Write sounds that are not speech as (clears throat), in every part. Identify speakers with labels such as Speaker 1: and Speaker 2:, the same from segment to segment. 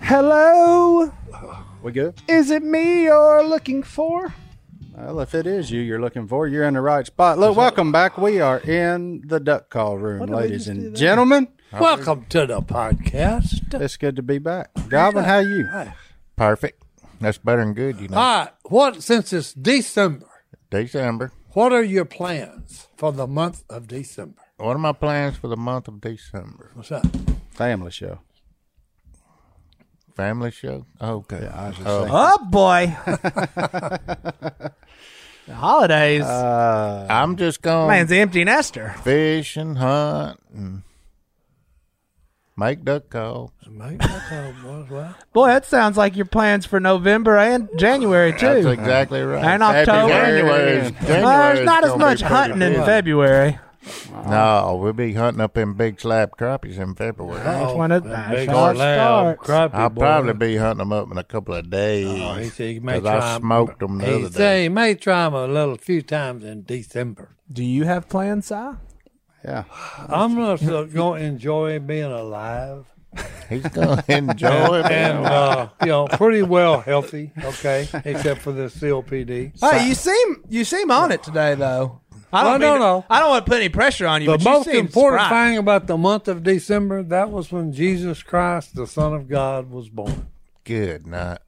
Speaker 1: Hello,
Speaker 2: We good?
Speaker 1: is it me you're looking for?
Speaker 2: Well, if it is you you're looking for, you're in the right spot. Look, welcome back. We are in the duck call room,
Speaker 1: did we just
Speaker 2: ladies
Speaker 1: do
Speaker 2: and
Speaker 1: that?
Speaker 2: gentlemen.
Speaker 3: Welcome to the podcast.
Speaker 2: It's good to be back. Goblin, how you?
Speaker 4: Perfect. That's better than good, you know.
Speaker 3: All right. What since it's December,
Speaker 4: December.
Speaker 3: what are your plans for the month of December?
Speaker 4: What are my plans for the month of December?
Speaker 3: What's up?
Speaker 2: Family show.
Speaker 4: Family show? Okay.
Speaker 2: I was just
Speaker 4: Oh.
Speaker 2: saying.
Speaker 1: Oh boy, (laughs) the holidays.
Speaker 3: Uh,
Speaker 4: I'm just going
Speaker 1: Man's
Speaker 4: to
Speaker 1: an empty nester.
Speaker 4: fish and hunt and make duck calls.
Speaker 3: Mate, that's how it was. Well,
Speaker 1: Boy, that sounds like your plans for November and January
Speaker 4: That's
Speaker 1: too.
Speaker 4: exactly right.
Speaker 1: And October.
Speaker 4: January's,
Speaker 1: Well,
Speaker 4: January's
Speaker 1: there's not as
Speaker 4: gonna be
Speaker 1: much
Speaker 4: pretty
Speaker 1: hunting in
Speaker 4: busy.
Speaker 1: February.
Speaker 4: No, we'll be hunting up in big slab crappies in February.
Speaker 1: That's when it-
Speaker 3: that
Speaker 1: that's
Speaker 3: big
Speaker 1: how it
Speaker 3: loud
Speaker 1: starts.
Speaker 3: crappie
Speaker 4: I'll
Speaker 3: Oh, boy.
Speaker 4: probably be hunting them up in a couple of
Speaker 3: Oh, he
Speaker 4: days
Speaker 3: said he may
Speaker 4: because
Speaker 3: try
Speaker 4: I
Speaker 3: 'em-
Speaker 4: smoked them the
Speaker 3: He
Speaker 4: other day.
Speaker 3: said he may try 'em a little few times in December.
Speaker 1: Do you have plans, Si?
Speaker 2: Yeah.
Speaker 3: I'm (laughs) just going to enjoy being alive
Speaker 4: He's gonna (laughs)
Speaker 3: (laughs)
Speaker 4: enjoy it.
Speaker 3: and uh, you know pretty well healthy. Okay, except for the COPD.
Speaker 1: Hey, you seem you seem on it today though. I
Speaker 3: Well,
Speaker 1: don't
Speaker 3: no,
Speaker 1: mean to-
Speaker 3: no.
Speaker 1: I don't want to put any pressure on you.
Speaker 3: The
Speaker 1: but
Speaker 3: most
Speaker 1: you seem
Speaker 3: important
Speaker 1: spry.
Speaker 3: thing about the month of December that was when Jesus Christ, the Son of God, was born.
Speaker 4: Good night.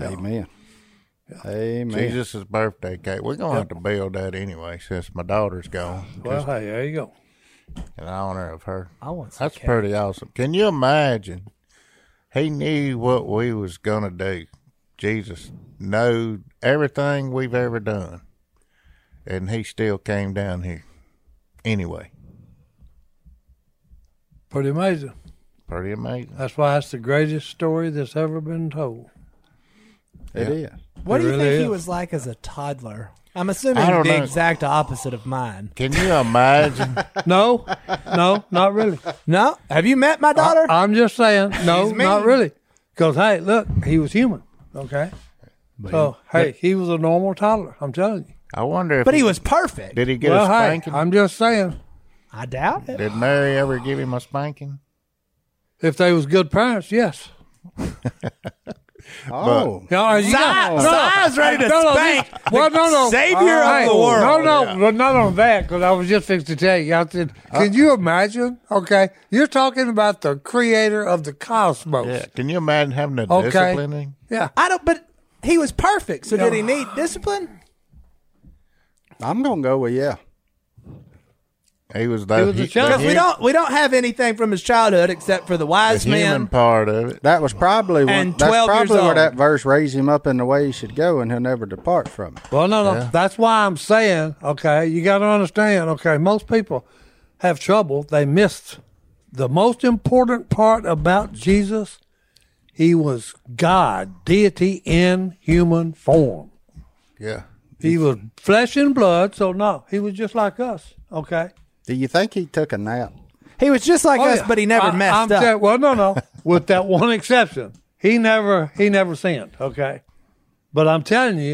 Speaker 2: Amen. Amen.
Speaker 4: Jesus' birthday cake. We're gonna have to build that anyway, since my daughter's gone.
Speaker 3: Well, hey, there you go.
Speaker 4: in honor of her.
Speaker 1: I want some
Speaker 4: That's pretty awesome. Can you imagine? He knew what we was gonna do. Jesus knew everything we've ever done, and he still came down here. Anyway,
Speaker 3: Pretty amazing.
Speaker 4: pretty amazing.
Speaker 3: That's why it's the greatest story that's ever been told.
Speaker 2: It is.
Speaker 5: What do you
Speaker 3: really
Speaker 5: think he
Speaker 3: is.
Speaker 5: was like as a toddler? I'm assuming
Speaker 4: I don't
Speaker 5: the
Speaker 4: know.
Speaker 5: exact opposite of mine.
Speaker 4: Can you imagine?
Speaker 3: (laughs) No, no, not really.
Speaker 5: No, have you met
Speaker 4: Uh,
Speaker 5: my daughter?
Speaker 3: I'm just saying, no,
Speaker 5: She's mean.
Speaker 3: not really. Because hey, look, he was human. Okay. So hey, he was a normal toddler. I'm telling you.
Speaker 4: I wonder if
Speaker 5: but he was perfect.
Speaker 4: Did he get
Speaker 3: well,
Speaker 4: a
Speaker 3: hey,
Speaker 4: spanking?
Speaker 3: I'm just saying,
Speaker 5: I doubt it.
Speaker 4: Did Mary ever give him a spanking?
Speaker 3: if they was good parents, yes.
Speaker 2: Oh.
Speaker 3: Yeah, are you
Speaker 5: Si-
Speaker 3: no,
Speaker 5: Si is ready to
Speaker 3: no, no,
Speaker 5: spank
Speaker 3: this- Well, no, no,
Speaker 5: savior of
Speaker 3: Hey,
Speaker 5: the world.
Speaker 3: No, no, well, not on that because I was just fixing to tell you. I said,
Speaker 5: Uh,
Speaker 3: can you imagine? Okay, you're talking about the creator of the cosmos.
Speaker 4: Yeah. Can you imagine having to
Speaker 3: Okay.
Speaker 4: discipline him?
Speaker 5: (laughs)
Speaker 3: Yeah.
Speaker 5: I don't. But he was perfect. So did he need discipline?
Speaker 2: I'm going to go with yeah.
Speaker 4: He was the,
Speaker 3: He was a child.
Speaker 4: the
Speaker 5: Because we
Speaker 4: hu-
Speaker 5: don't. We don't have anything from his childhood except for the
Speaker 4: the
Speaker 5: wise
Speaker 4: human
Speaker 5: man.
Speaker 4: part of it.
Speaker 2: That was probably one,
Speaker 5: And
Speaker 2: that's
Speaker 5: 12 years
Speaker 2: probably where
Speaker 5: old.
Speaker 2: that verse raised him up in the way he should go, and he'll never depart from it.
Speaker 3: Well, no, no. That's why I'm saying, okay, you got to understand, okay, most people have trouble. They missed the most important part about Jesus. He was God, deity in human form.
Speaker 4: Yeah.
Speaker 3: He was flesh and blood, so no, he was just like us, okay?
Speaker 2: Do you think he took a nap?
Speaker 5: He was just like
Speaker 3: Oh,
Speaker 5: us,
Speaker 3: yeah.
Speaker 5: but he never
Speaker 3: I-
Speaker 5: messed
Speaker 3: I'm
Speaker 5: up.
Speaker 3: tell- well, no, no, with that one exception, he never he never sinned. Okay, but I'm telling you,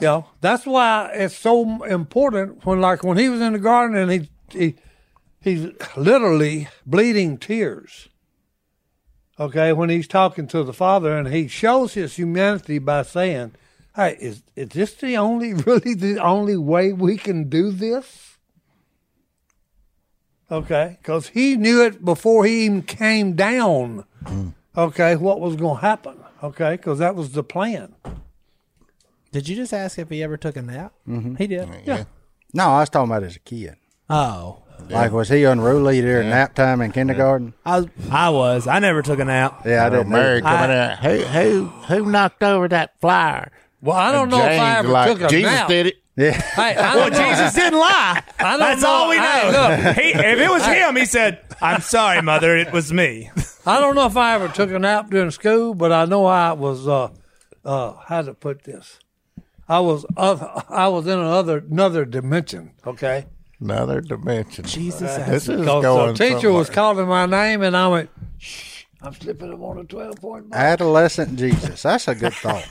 Speaker 3: you know that's why it's so important when like when he was in the garden and he he he's literally bleeding tears. Okay, when he's talking to the Father and he shows his humanity by saying, "Hey, is is this the only (laughs) really the only way we can do this?" Okay, because he knew it before he even came down.
Speaker 4: Mm.
Speaker 3: Okay, what was going to happen? Okay, because that was the plan.
Speaker 5: did you just ask if he ever took a nap? He did.
Speaker 4: Mm-hmm. Yeah.
Speaker 2: No, I was talking about as a kid.
Speaker 5: Oh,
Speaker 2: Like, was he unruly during nap time in kindergarten?
Speaker 5: I was. I was. I never took a nap.
Speaker 2: Yeah, I
Speaker 4: Little
Speaker 2: didn't.
Speaker 4: Mary
Speaker 2: know.
Speaker 4: coming out. Who who who knocked over that flyer?
Speaker 3: Well, I don't
Speaker 4: And
Speaker 3: know if I
Speaker 4: James
Speaker 3: ever
Speaker 4: like,
Speaker 3: took a
Speaker 4: Jesus
Speaker 3: nap.
Speaker 4: did it.
Speaker 2: Yeah.
Speaker 3: Hey, I
Speaker 5: Well,
Speaker 3: don't know.
Speaker 5: Jesus didn't lie.
Speaker 3: I don't
Speaker 5: That's
Speaker 3: know.
Speaker 5: all we
Speaker 3: Hey,
Speaker 5: know.
Speaker 3: look.
Speaker 5: He, if it was him, he said, "I'm sorry, mother. It was me."
Speaker 3: I don't know if I ever took a nap during school, but I know I was. Uh, uh, how to put this? I was. Other, I was in another another dimension. Okay.
Speaker 4: Another dimension.
Speaker 5: Jesus
Speaker 4: This is
Speaker 3: So, so
Speaker 4: going.
Speaker 3: teacher was
Speaker 4: somewhere.
Speaker 3: calling my name, and I went. Shh, I'm slipping him on a twelve point.
Speaker 2: Adolescent Jesus. That's a good thought.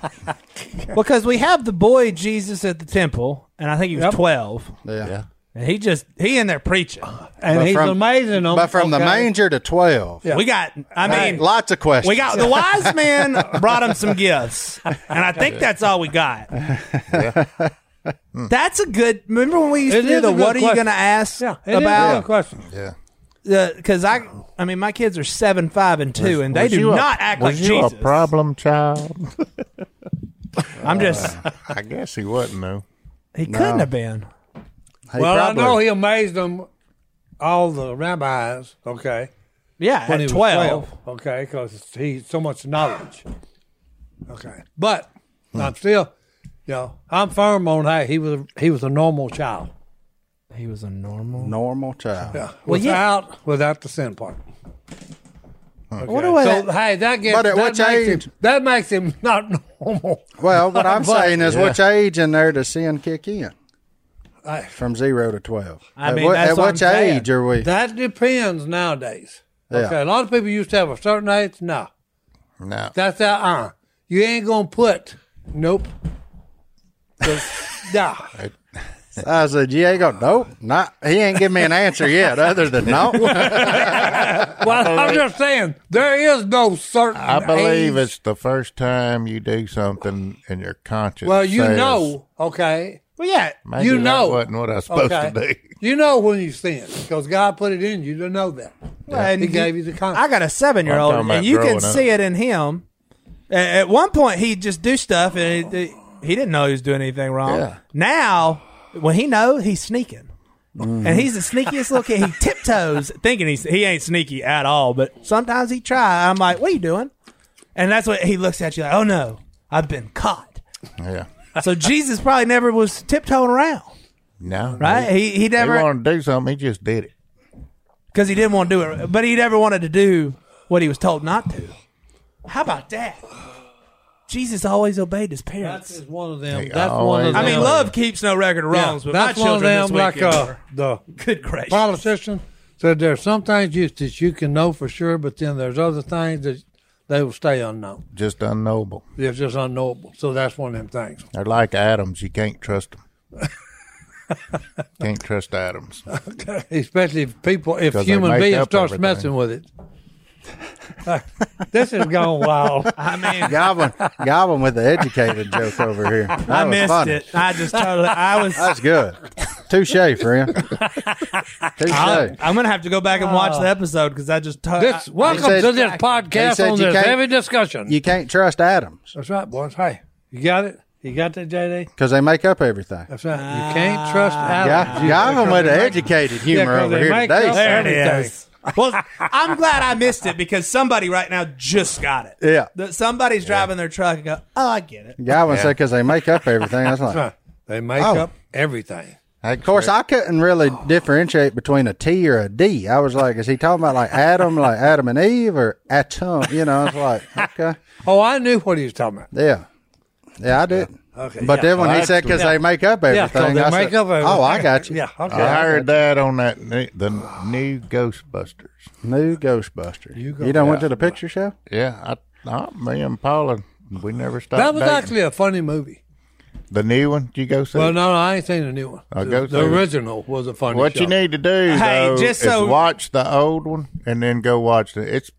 Speaker 5: Because we have the boy Jesus at the temple, and I think he was
Speaker 3: Yep.
Speaker 5: 12.
Speaker 2: Yeah.
Speaker 4: Yeah.
Speaker 5: And he just he in there preaching.
Speaker 3: and
Speaker 2: But
Speaker 3: he's
Speaker 2: from-
Speaker 3: amazing on.
Speaker 2: But from the
Speaker 3: okay.
Speaker 2: manger to 12.
Speaker 3: Yeah.
Speaker 5: We got. I mean,
Speaker 2: Lots of questions.
Speaker 5: we got the wise man brought him some gifts, and I think that's all we got. That's a good. Remember when we used
Speaker 3: It
Speaker 5: to do
Speaker 3: is
Speaker 5: the
Speaker 3: a good
Speaker 5: "What are you
Speaker 3: question.
Speaker 5: going to ask
Speaker 3: Yeah, it is a good
Speaker 5: about?"
Speaker 3: question.
Speaker 4: Yeah.
Speaker 5: Because I, I mean, my kids are seven, five, and two, and they
Speaker 4: Was you
Speaker 5: do
Speaker 4: a-
Speaker 5: not act like
Speaker 4: was you
Speaker 5: Jesus.
Speaker 4: a problem child?
Speaker 5: I'm
Speaker 4: (laughs)
Speaker 5: just.
Speaker 4: I guess he wasn't though.
Speaker 5: He couldn't have been.
Speaker 2: He
Speaker 3: Well,
Speaker 2: probably-
Speaker 3: I know he amazed them, all the rabbis. Okay,
Speaker 5: Yeah,
Speaker 3: when he
Speaker 5: at
Speaker 3: was
Speaker 5: twelve.
Speaker 3: Okay, because he so much knowledge. Okay, but I'm still, you know, I'm firm on hey, he was he was a normal child
Speaker 5: He was a normal.
Speaker 2: normal child.
Speaker 5: yeah.
Speaker 3: without without the sin part. Okay.
Speaker 5: wonder why
Speaker 3: so
Speaker 5: that-
Speaker 3: hey, that gets
Speaker 2: But at
Speaker 3: that
Speaker 2: which
Speaker 3: makes
Speaker 2: age?
Speaker 3: Him, that makes him (laughs) not normal.
Speaker 2: Well, what I'm
Speaker 3: But-
Speaker 2: saying is, which age in there does sin kick in?
Speaker 3: I-
Speaker 2: From zero to twelve.
Speaker 5: I
Speaker 2: at
Speaker 5: mean,
Speaker 2: what,
Speaker 5: that's
Speaker 2: at
Speaker 5: what I'm
Speaker 2: which
Speaker 5: saying.
Speaker 2: age are we?
Speaker 3: That depends nowadays.
Speaker 2: Yeah.
Speaker 3: Okay, a lot of people used to have a certain age. No,
Speaker 4: No.
Speaker 3: that's that. Uh, you ain't gonna put. Nope. Just-
Speaker 5: (laughs)
Speaker 3: nah.
Speaker 2: I said, you ain't gonna. Nope, not. He ain't give me an answer yet, other than no.
Speaker 3: Well, I'm just saying there is no certain.
Speaker 4: I believe
Speaker 3: age.
Speaker 4: it's the first time you do something and your conscience.
Speaker 3: Well, you
Speaker 4: says,
Speaker 3: know. Okay.
Speaker 5: Well, yeah.
Speaker 4: Maybe
Speaker 3: you
Speaker 4: that
Speaker 3: know.
Speaker 4: wasn't what I was supposed
Speaker 3: okay.
Speaker 4: to do. (laughs)
Speaker 3: You know when you sin because God put it in you to know that.
Speaker 5: And
Speaker 3: He gave you the
Speaker 5: I
Speaker 3: conscience.
Speaker 5: got a seven year
Speaker 4: I'm
Speaker 5: old,
Speaker 4: talking about
Speaker 5: and you can
Speaker 4: growing up.
Speaker 5: see it in him. A- At one point, he'd just do stuff, and he, he didn't know he was doing anything wrong.
Speaker 4: Yeah.
Speaker 5: Now, when he knows, he's sneaking.
Speaker 3: Mm.
Speaker 5: And he's the sneakiest little kid. He tiptoes, thinking he's he ain't sneaky at all. But sometimes he try. I'm like, "What are you doing?" And that's what he looks at you like, "Oh no, I've been caught."
Speaker 4: Yeah.
Speaker 5: So Jesus probably never was tiptoeing around,
Speaker 4: No.
Speaker 5: right? He he
Speaker 4: He
Speaker 5: never
Speaker 4: wanted to do something. He just did it.
Speaker 5: because he didn't want to do it, but he never wanted to do what he was told not to. How about that? Jesus always obeyed his
Speaker 3: That's
Speaker 5: parents.
Speaker 3: just one of them.
Speaker 4: He
Speaker 3: that's one of
Speaker 4: always-
Speaker 3: them.
Speaker 5: I mean, love keeps no record of
Speaker 3: Yeah,
Speaker 5: wrongs, but
Speaker 3: that's
Speaker 5: my
Speaker 3: one of
Speaker 5: children
Speaker 3: them.
Speaker 5: this
Speaker 3: Like
Speaker 5: weekend
Speaker 3: uh,
Speaker 5: were- (laughs)
Speaker 3: the
Speaker 5: good gracious.
Speaker 3: politician said there's some things you, that you can know for sure, but then there's other things that they will stay unknown.
Speaker 4: Just unknowable.
Speaker 3: They're just unknowable. So that's one of them things.
Speaker 4: They're like Adams. You can't trust them. can't trust Adams.
Speaker 3: (laughs) Especially if people, if
Speaker 4: 'Cause they
Speaker 3: human
Speaker 4: make
Speaker 3: beings
Speaker 4: up
Speaker 3: starts
Speaker 4: everything.
Speaker 3: messing with it. Uh, this has
Speaker 2: (laughs)
Speaker 3: gone wild.
Speaker 5: (laughs) I mean,
Speaker 2: goblin, goblin with the educated joke over here. That
Speaker 5: I
Speaker 2: was
Speaker 5: missed
Speaker 2: funny.
Speaker 5: it. I just totally.
Speaker 2: (laughs)
Speaker 5: I was.
Speaker 2: That's good. Touche, friend.
Speaker 5: I,
Speaker 2: Touche.
Speaker 5: am gonna have to go back and watch the episode because I just. to-
Speaker 3: Ah. This
Speaker 5: I-
Speaker 3: welcome
Speaker 2: said-
Speaker 3: to this
Speaker 2: he said
Speaker 3: podcast on
Speaker 2: you
Speaker 3: this
Speaker 2: can't-
Speaker 3: heavy discussion.
Speaker 2: You can't trust Adams
Speaker 3: that's right, boys. Hey, you got it. You got that, JD?
Speaker 2: because they make up everything.
Speaker 3: That's right. You can't trust
Speaker 2: Ah.
Speaker 3: Adam.
Speaker 2: Got,
Speaker 3: You-
Speaker 2: got him with the
Speaker 3: because
Speaker 2: educated humor
Speaker 3: (laughs) Yeah, 'cause
Speaker 2: over
Speaker 3: they
Speaker 2: here
Speaker 3: make
Speaker 2: today.
Speaker 3: up
Speaker 5: there it
Speaker 3: everything.
Speaker 5: is. Well, I'm glad I missed it because somebody right now just got it.
Speaker 2: Yeah.
Speaker 5: That somebody's driving their truck and go, "Oh, I get it."
Speaker 2: Goblin said because they make up everything. That's like,
Speaker 3: (laughs) Huh. They make
Speaker 2: Oh.
Speaker 3: up everything.
Speaker 2: Of course, I couldn't really differentiate between a T or a D. I was like, is he talking about like Adam, like Adam and Eve, or Atom? You know, it's
Speaker 3: (laughs)
Speaker 2: like, okay,
Speaker 3: Oh, I knew what he was talking about.
Speaker 2: yeah, yeah, I did.
Speaker 3: Okay,
Speaker 2: but
Speaker 3: yeah.
Speaker 2: then when
Speaker 4: Well,
Speaker 2: he said because
Speaker 3: actually-
Speaker 2: they make up
Speaker 3: Yeah,
Speaker 2: everything,
Speaker 3: so they
Speaker 2: I
Speaker 3: make
Speaker 2: said,
Speaker 3: up everything.
Speaker 2: oh, I got you.
Speaker 3: Yeah, okay.
Speaker 4: I heard that on that new, the new Ghostbusters.
Speaker 2: New Ghostbuster. You,
Speaker 3: go-
Speaker 2: done went
Speaker 3: Yeah.
Speaker 2: to the picture show?
Speaker 4: Yeah, I, I me and Paula, we never stopped.
Speaker 3: That was
Speaker 4: dating.
Speaker 3: actually a funny movie.
Speaker 4: the new one. Did you go see?
Speaker 3: Well,
Speaker 4: it?
Speaker 3: no, no, I ain't seen the new one.
Speaker 4: I'll
Speaker 3: the,
Speaker 4: Uh, go
Speaker 3: the
Speaker 4: through.
Speaker 3: original was a funny
Speaker 4: What
Speaker 3: show.
Speaker 4: you need to do
Speaker 5: Hey,
Speaker 4: though,
Speaker 5: just
Speaker 4: is
Speaker 5: so-
Speaker 4: watch the old one and then go watch the. It's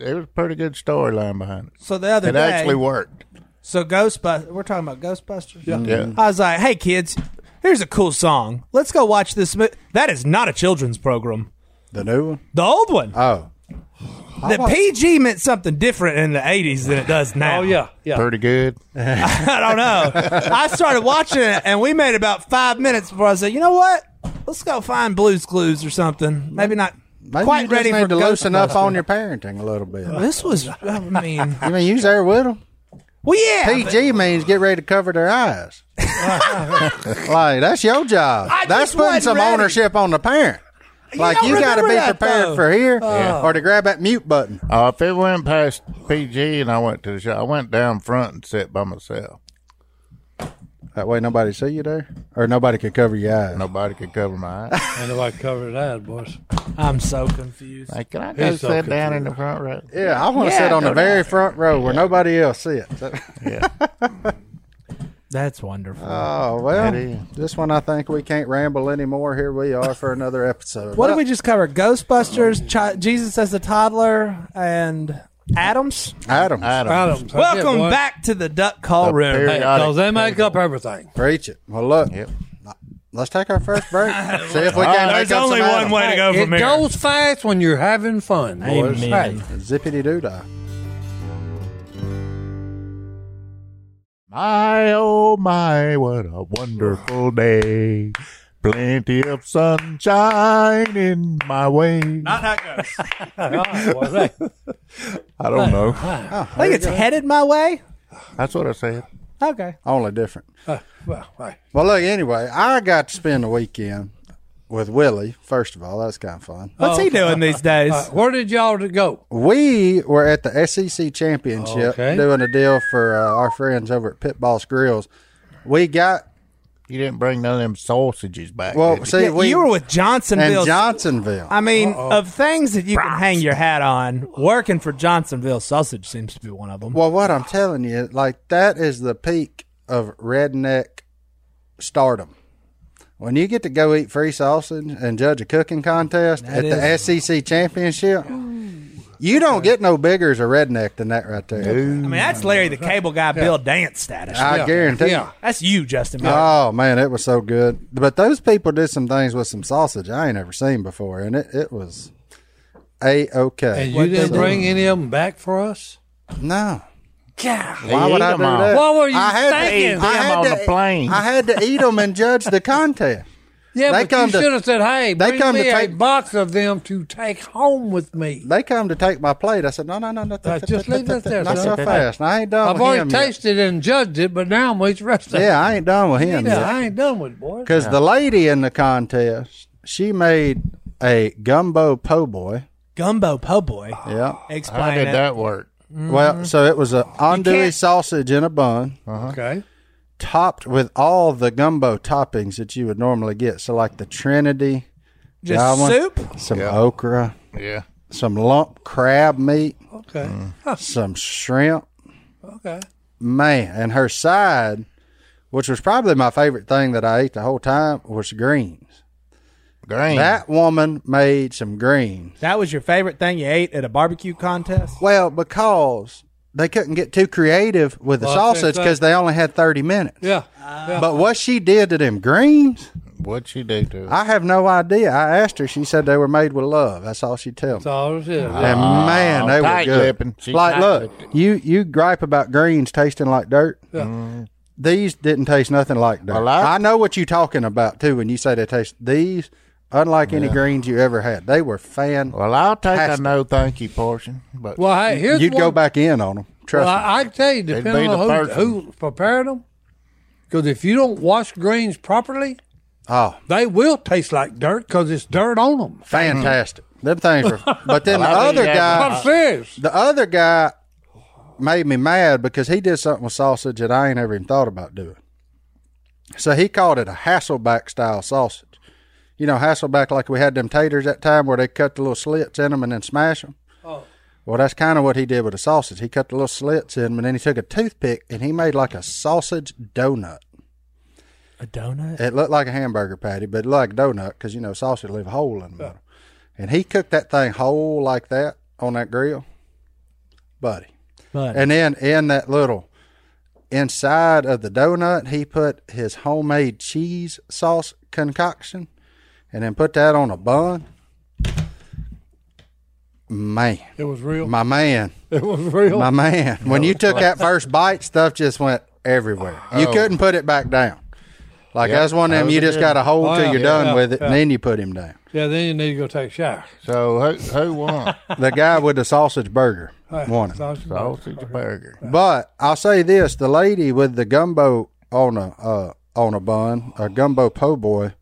Speaker 4: it was a pretty good storyline behind it.
Speaker 5: So the other
Speaker 4: It
Speaker 5: day,
Speaker 4: actually worked.
Speaker 5: So Ghostbusters, we're talking about Ghostbusters. Yeah.
Speaker 4: Yeah.
Speaker 5: I was like, "Hey kids, here's a cool song. Let's go watch this." Mo-. That is not a children's program.
Speaker 2: The new one?
Speaker 5: The old one.
Speaker 2: Oh,
Speaker 5: the PG meant something different in the '80s than it does now.
Speaker 3: Oh yeah, yeah.
Speaker 4: Pretty good.
Speaker 5: (laughs) I don't know. I started watching it, and we made about five minutes before I said, "You know what? Let's go find Blue's Clues or something. Maybe not
Speaker 2: maybe
Speaker 5: quite
Speaker 2: you just
Speaker 5: ready
Speaker 2: need
Speaker 5: for
Speaker 2: to loosen up
Speaker 5: Ghostbusters."
Speaker 2: on your parenting a little bit.
Speaker 3: (laughs)
Speaker 5: This was, I mean,
Speaker 2: I mean, you was there with them.
Speaker 5: well, yeah. but-
Speaker 2: PG means get ready to cover their eyes. like that's your job.
Speaker 5: I just
Speaker 2: that's putting
Speaker 5: wasn't
Speaker 2: some
Speaker 5: ready.
Speaker 2: ownership on the parent. Like
Speaker 5: don't
Speaker 2: you, got to
Speaker 5: remember
Speaker 2: be
Speaker 5: that,
Speaker 2: prepared
Speaker 5: though. Oh.
Speaker 2: for here or to grab that mute button.
Speaker 4: Uh, if it went past PG and I went to the show, I went down front and sat by myself.
Speaker 2: That way nobody see you there or nobody can cover your eyes.
Speaker 4: Nobody could cover my eyes.
Speaker 3: I know I covered that, boys.
Speaker 5: I'm so confused.
Speaker 4: Like, can I go
Speaker 3: He's so
Speaker 4: sit down in the front row?
Speaker 2: Yeah, I want to
Speaker 5: Yeah,
Speaker 2: sit on the
Speaker 5: go
Speaker 2: very front row where nobody else sits.
Speaker 5: That That's wonderful.
Speaker 2: Oh well,
Speaker 4: It is.
Speaker 2: this one I think we can't ramble anymore. Here we are for another episode.
Speaker 5: what did we just cover? Ghostbusters, chi- Jesus as a toddler, and Adams.
Speaker 2: Adams?
Speaker 4: Adam.
Speaker 3: Adams.
Speaker 5: Welcome back to the Duck Call
Speaker 4: The
Speaker 5: Room.
Speaker 4: period.
Speaker 3: Because they make up everything.
Speaker 2: Preach it. Well, look,
Speaker 4: Yep.
Speaker 2: let's take our first
Speaker 4: (laughs)
Speaker 2: break. See if we
Speaker 4: All
Speaker 2: can make
Speaker 4: right.
Speaker 5: Oh, There's
Speaker 2: up
Speaker 5: only
Speaker 2: some
Speaker 5: one
Speaker 2: Adams.
Speaker 5: way to go
Speaker 3: It
Speaker 5: from here.
Speaker 3: goes fast when you're having fun. boys.
Speaker 6: Amen.
Speaker 2: Zippity doo dah.
Speaker 4: My oh my, what a
Speaker 2: (sighs)
Speaker 4: wonderful day. Plenty of sunshine in my way. I don't know.
Speaker 5: I think it's headed my way.
Speaker 4: That's what I said.
Speaker 5: Okay.
Speaker 2: Only different.
Speaker 3: Well, right.
Speaker 2: Well, look. Anyway, I got to spend the weekend with Willie. First of all, that's kind of fun.
Speaker 5: What's he doing these days?
Speaker 3: Uh, Where did y'all to go?
Speaker 2: We were at the SEC championship
Speaker 3: Okay.
Speaker 2: doing a deal for uh, our friends over at Pit Boss Grills. We got
Speaker 4: You didn't bring none of them sausages back.
Speaker 2: well.
Speaker 4: did you?
Speaker 2: See,
Speaker 5: Yeah,
Speaker 2: we
Speaker 5: you were with
Speaker 2: and
Speaker 5: Johnsonville.
Speaker 2: Johnsonville.
Speaker 5: I mean, of things that you can hang your hat on, working for Johnsonville Sausage seems to be one of them.
Speaker 2: Well, what I'm telling you, like that is the peak of redneck stardom. When you get to go eat free sausage and judge a cooking contest at the SEC championship, you don't get no bigger as a redneck than that right there.
Speaker 5: I mean, that's Larry the Cable Guy Bill Dance status.
Speaker 2: I guarantee.
Speaker 3: Yeah.
Speaker 5: That's you, Justin. Bieber.
Speaker 2: Oh man, it was so good. But those people did some things with some sausage I ain't ever seen before, and it, it was a
Speaker 3: And
Speaker 2: okay.
Speaker 3: you didn't bring any of them back for us?
Speaker 2: No.
Speaker 4: They
Speaker 2: Why would
Speaker 4: eat
Speaker 2: I do
Speaker 4: them all.
Speaker 2: that?
Speaker 3: What were you
Speaker 2: I had to-
Speaker 3: thinking?
Speaker 2: I
Speaker 4: Them
Speaker 2: had
Speaker 4: on
Speaker 2: to-
Speaker 4: the plane.
Speaker 2: I had to eat them and judge the contest.
Speaker 3: Yeah,
Speaker 2: They
Speaker 3: but
Speaker 2: come
Speaker 3: you
Speaker 2: to-
Speaker 3: should have said, "Hey,
Speaker 2: they
Speaker 3: bring
Speaker 2: come to
Speaker 3: me a
Speaker 2: take-
Speaker 3: box of them to take home with me."
Speaker 2: They come to take my plate. I said, no, no, no, no.
Speaker 3: Uh, just leave it there,
Speaker 2: Not so
Speaker 3: son.
Speaker 2: fast. I ain't done
Speaker 3: I've
Speaker 2: with
Speaker 3: already
Speaker 2: him
Speaker 3: tasted and judged it, but now I'm with the rest of
Speaker 2: yet. Yeah, I ain't done with
Speaker 3: it.
Speaker 2: him
Speaker 3: Yeah,
Speaker 2: yet.
Speaker 3: I ain't done with it, boys.
Speaker 2: Because the lady in the contest, she made a gumbo po' boy.
Speaker 5: Gumbo po' boy.
Speaker 2: Yeah.
Speaker 4: How
Speaker 5: Explain
Speaker 4: did
Speaker 5: it.
Speaker 4: that work?
Speaker 3: Mm-hmm.
Speaker 2: Well, so it was a andouille
Speaker 5: can't-
Speaker 2: sausage in a bun,
Speaker 3: Okay,
Speaker 2: topped with all the gumbo toppings that you would normally get. So like the Trinity,
Speaker 5: Just
Speaker 2: that one,
Speaker 5: soup.
Speaker 2: some
Speaker 4: Yeah.
Speaker 2: okra,
Speaker 4: Yeah.
Speaker 2: some lump crab meat,
Speaker 3: okay,
Speaker 2: Mm. some shrimp.
Speaker 3: okay.
Speaker 2: man, and her side, which was probably my favorite thing that I ate the whole time, was greens.
Speaker 4: Green.
Speaker 2: That woman made some greens.
Speaker 5: That was your favorite thing you ate at a barbecue contest.
Speaker 2: Well, because they couldn't get too creative with the
Speaker 3: Well, that's
Speaker 2: sausage
Speaker 3: their
Speaker 2: because they only had 30 minutes.
Speaker 3: Yeah,
Speaker 5: Uh,
Speaker 3: yeah.
Speaker 2: But what she did to them greens,
Speaker 4: What'd you do to it?
Speaker 2: I have no idea. I asked her. She said they were made with love. That's all she tell me.
Speaker 3: that's all it is.
Speaker 2: Uh, And man, they were
Speaker 4: tight-lipping.
Speaker 2: good.
Speaker 4: She
Speaker 2: Like, look,
Speaker 4: tight-lipped
Speaker 2: you you gripe about greens tasting like dirt. These didn't taste nothing like dirt.
Speaker 4: Well, I-
Speaker 2: I know what you're talking about too when you say they taste these. Unlike any greens you ever had, they were fan.
Speaker 4: Well, I'll take a
Speaker 2: Fantastic.
Speaker 4: no thank you portion, but
Speaker 3: well, hey, here's
Speaker 2: You'd
Speaker 3: one.
Speaker 2: go back in on them. Trust
Speaker 3: Well, I, I can tell you, depending
Speaker 4: be the
Speaker 3: on
Speaker 4: person.
Speaker 3: who, who prepared them, because if you don't wash greens properly,
Speaker 2: me. Oh,
Speaker 3: they will taste like dirt because it's dirt on them.
Speaker 2: fantastic! Them things
Speaker 4: (laughs)
Speaker 2: were. But then
Speaker 4: Well,
Speaker 2: the
Speaker 4: I think
Speaker 2: other
Speaker 4: that-
Speaker 2: guy,
Speaker 3: I'm serious.
Speaker 2: the other guy, made me mad because he did something with sausage that I ain't ever even thought about doing. So he called it a Hasselback style sausage. you know, Hasselback like we had them taters that time where they cut the little slits in them and then smash them. Well, that's kind of what he did with the sausage. He cut the little slits in 'em and then he took a toothpick and he made like a sausage donut.
Speaker 5: A donut.
Speaker 2: It looked like a hamburger patty, but like a donut because, you know, sausage leave a hole in the middle. And he cooked that thing whole like that on that grill. Buddy.
Speaker 5: But
Speaker 2: And then in that little inside of the donut, he put his homemade cheese sauce concoction and then put that on a bun. Man,
Speaker 3: It was real. (laughs)
Speaker 2: my man,
Speaker 3: It was real.
Speaker 2: my man. When you took that first bite, stuff just went everywhere. You couldn't put it back down. Like
Speaker 4: Yeah,
Speaker 2: that's one of
Speaker 4: Oh. that
Speaker 2: them
Speaker 4: was
Speaker 2: you
Speaker 4: a
Speaker 2: just
Speaker 4: good
Speaker 2: got to hold
Speaker 3: Oh,
Speaker 2: till
Speaker 3: yeah,
Speaker 2: you're
Speaker 3: yeah,
Speaker 2: done
Speaker 3: yeah,
Speaker 2: with it,
Speaker 3: yeah.
Speaker 2: and then you put him down.
Speaker 3: yeah, then you need to go take a shower.
Speaker 4: so who who won?
Speaker 2: The guy with the sausage
Speaker 4: (laughs)
Speaker 2: burger won it.
Speaker 3: Sausage burger.
Speaker 4: Sausage burger.
Speaker 2: But I'll say this: the lady with the gumbo on a uh, on a bun, a gumbo po' boy,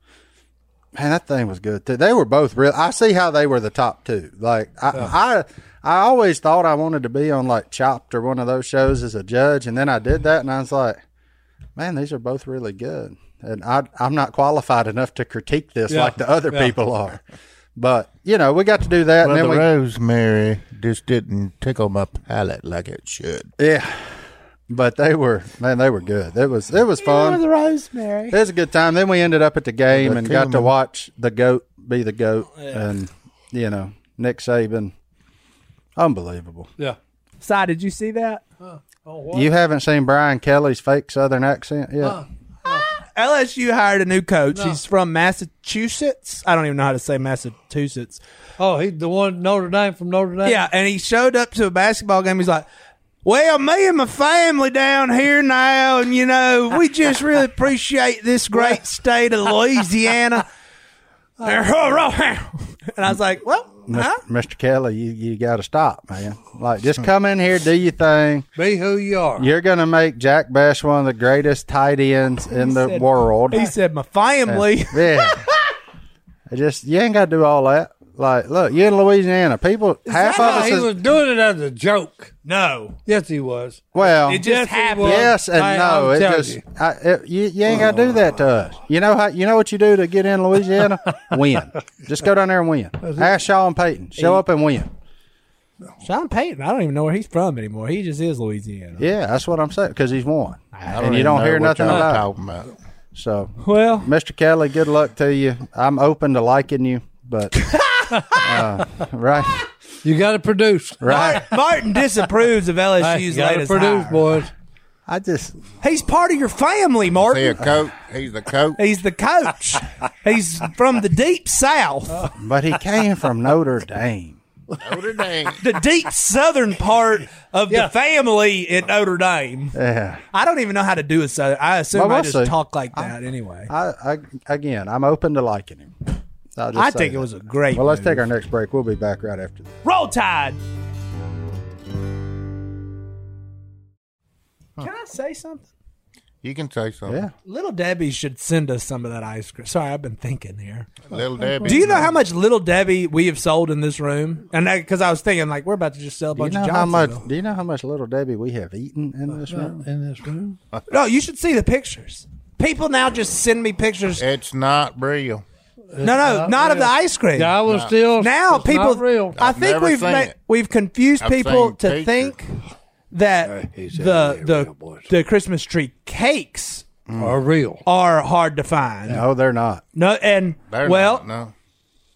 Speaker 2: man, that thing was good. Too. They were both real. I see how they were the top two. Like I, I, I always thought I wanted to be on like Chopped or one of those shows as a judge, and then I did that, and I was like, man, these are both really good, and I I'm not qualified enough to critique this
Speaker 3: Yeah.
Speaker 2: like the other
Speaker 3: Yeah.
Speaker 2: people are. But you know, we got to do that,
Speaker 4: Well,
Speaker 2: and
Speaker 4: the
Speaker 2: then we
Speaker 4: rosemary just didn't tickle my palate like it should.
Speaker 2: Yeah. But they were man, they were good. It was it was
Speaker 1: Or
Speaker 2: fun.
Speaker 1: the rosemary.
Speaker 2: It was a good time. Then we ended up at the game and got to
Speaker 4: Tillman.
Speaker 2: watch the goat be the goat, and you know Nick Saban, unbelievable.
Speaker 3: Yeah.
Speaker 5: Si, did you see that?
Speaker 3: Oh, what?
Speaker 2: You haven't seen Brian Kelly's fake Southern accent yet.
Speaker 5: LSU hired a new coach. He's from Massachusetts. I don't even know how to say Massachusetts.
Speaker 3: oh he the one Notre Dame from Notre Dame.
Speaker 5: Yeah, and he showed up to a basketball game. He's like, "Well, me and my family down here now, and you know, we just (laughs) really appreciate this great state of (laughs) Louisiana." and I was like, "Well, huh?
Speaker 2: Mr. Kelly, you, you got to stop, man. Like, just come in here, do your thing.
Speaker 3: Be who you are.
Speaker 2: You're going to make Jack Bash one of the greatest tight ends in the
Speaker 5: said-
Speaker 2: world.
Speaker 5: He said, "My family."
Speaker 2: (laughs) Yeah. I just, you ain't got to do all that. Like, look, you in Louisiana. People, half of
Speaker 3: No,
Speaker 2: us
Speaker 3: he
Speaker 2: is,
Speaker 3: was doing it as a joke.
Speaker 5: (laughs) No,
Speaker 3: Yes, he was.
Speaker 2: well,
Speaker 5: it just
Speaker 3: Yes, he
Speaker 5: happened.
Speaker 3: was.
Speaker 2: yes and
Speaker 3: I-
Speaker 2: no.
Speaker 3: I'll
Speaker 2: It
Speaker 3: tell
Speaker 2: just,
Speaker 3: you.
Speaker 2: I, it, you, you ain't got to do that to us. You know how, you know what you do to get in Louisiana? win. Just go down there and win. Ask Sean Payton. Show up and win.
Speaker 5: Sean Payton. I don't even know where he's from anymore. He just is Louisiana.
Speaker 2: Yeah, that's what I'm saying because he's won.
Speaker 4: I
Speaker 2: and you
Speaker 4: even
Speaker 2: don't
Speaker 4: know
Speaker 2: hear
Speaker 4: what
Speaker 2: nothing
Speaker 4: y'all
Speaker 2: about it.
Speaker 4: talking about.
Speaker 2: So,
Speaker 5: Well,
Speaker 2: Mr. Kelly, good luck to you. I'm open to liking you, but uh, right,
Speaker 3: You got to produce.
Speaker 2: right.
Speaker 5: Martin disapproves of
Speaker 3: Hey,
Speaker 5: LSU's
Speaker 3: you got to
Speaker 5: latest
Speaker 3: produce,
Speaker 5: hire.
Speaker 3: boys.
Speaker 2: I just
Speaker 5: He's part of your family,
Speaker 4: He a
Speaker 5: Martin.
Speaker 4: coach. He's
Speaker 5: (laughs)
Speaker 4: the coach.
Speaker 5: He's the coach. He's from the deep south,
Speaker 2: but he came from (laughs) Notre Dame.
Speaker 4: Notre Dame.
Speaker 5: the deep southern part of the family at Notre Dame.
Speaker 2: Yeah.
Speaker 5: I don't even know how to do a southern. I assume
Speaker 2: Well,
Speaker 5: I
Speaker 2: we'll
Speaker 5: just
Speaker 2: see.
Speaker 5: talk like that anyway.
Speaker 2: I, I again, I'm open to liking him. I'll just
Speaker 5: I
Speaker 2: say
Speaker 5: think it
Speaker 2: that.
Speaker 5: was a great.
Speaker 2: Well, let's
Speaker 5: move.
Speaker 2: take our next break. We'll be back right after this.
Speaker 5: roll tide. Can I say something?
Speaker 4: You can say
Speaker 5: Oh,
Speaker 4: something.
Speaker 2: Yeah.
Speaker 5: Little Debbie should send us some of that ice cream. Sorry, I've been thinking here.
Speaker 4: Little Debbie.
Speaker 5: Do you know how much Little Debbie we have sold in this room? And because I was thinking, like, we're about to just sell a
Speaker 2: Do you
Speaker 5: bunch
Speaker 2: know
Speaker 5: of Uh,
Speaker 2: how much?
Speaker 5: Johnsonville.
Speaker 2: Do you know how much little Debbie we have eaten in this room?
Speaker 3: In this room.
Speaker 5: No, you should see the pictures. People now just send me pictures.
Speaker 4: It's not real.
Speaker 5: no, no, not, of
Speaker 3: real.
Speaker 5: the ice cream.
Speaker 3: Yeah, I was still.
Speaker 5: now
Speaker 3: it's
Speaker 5: people,
Speaker 3: Not real.
Speaker 5: I
Speaker 4: I've
Speaker 5: think
Speaker 4: never
Speaker 5: we've
Speaker 4: seen
Speaker 5: ma-
Speaker 4: it.
Speaker 5: we've confused
Speaker 4: I've
Speaker 5: people
Speaker 4: seen
Speaker 5: to
Speaker 4: pictures.
Speaker 5: think that
Speaker 3: he said
Speaker 5: the
Speaker 3: they ain't real
Speaker 5: the
Speaker 3: boys.
Speaker 5: the Christmas tree cakes
Speaker 3: are real.
Speaker 5: are hard to find.
Speaker 2: No, they're not.
Speaker 5: No, and
Speaker 4: They're
Speaker 5: well,
Speaker 4: not, no.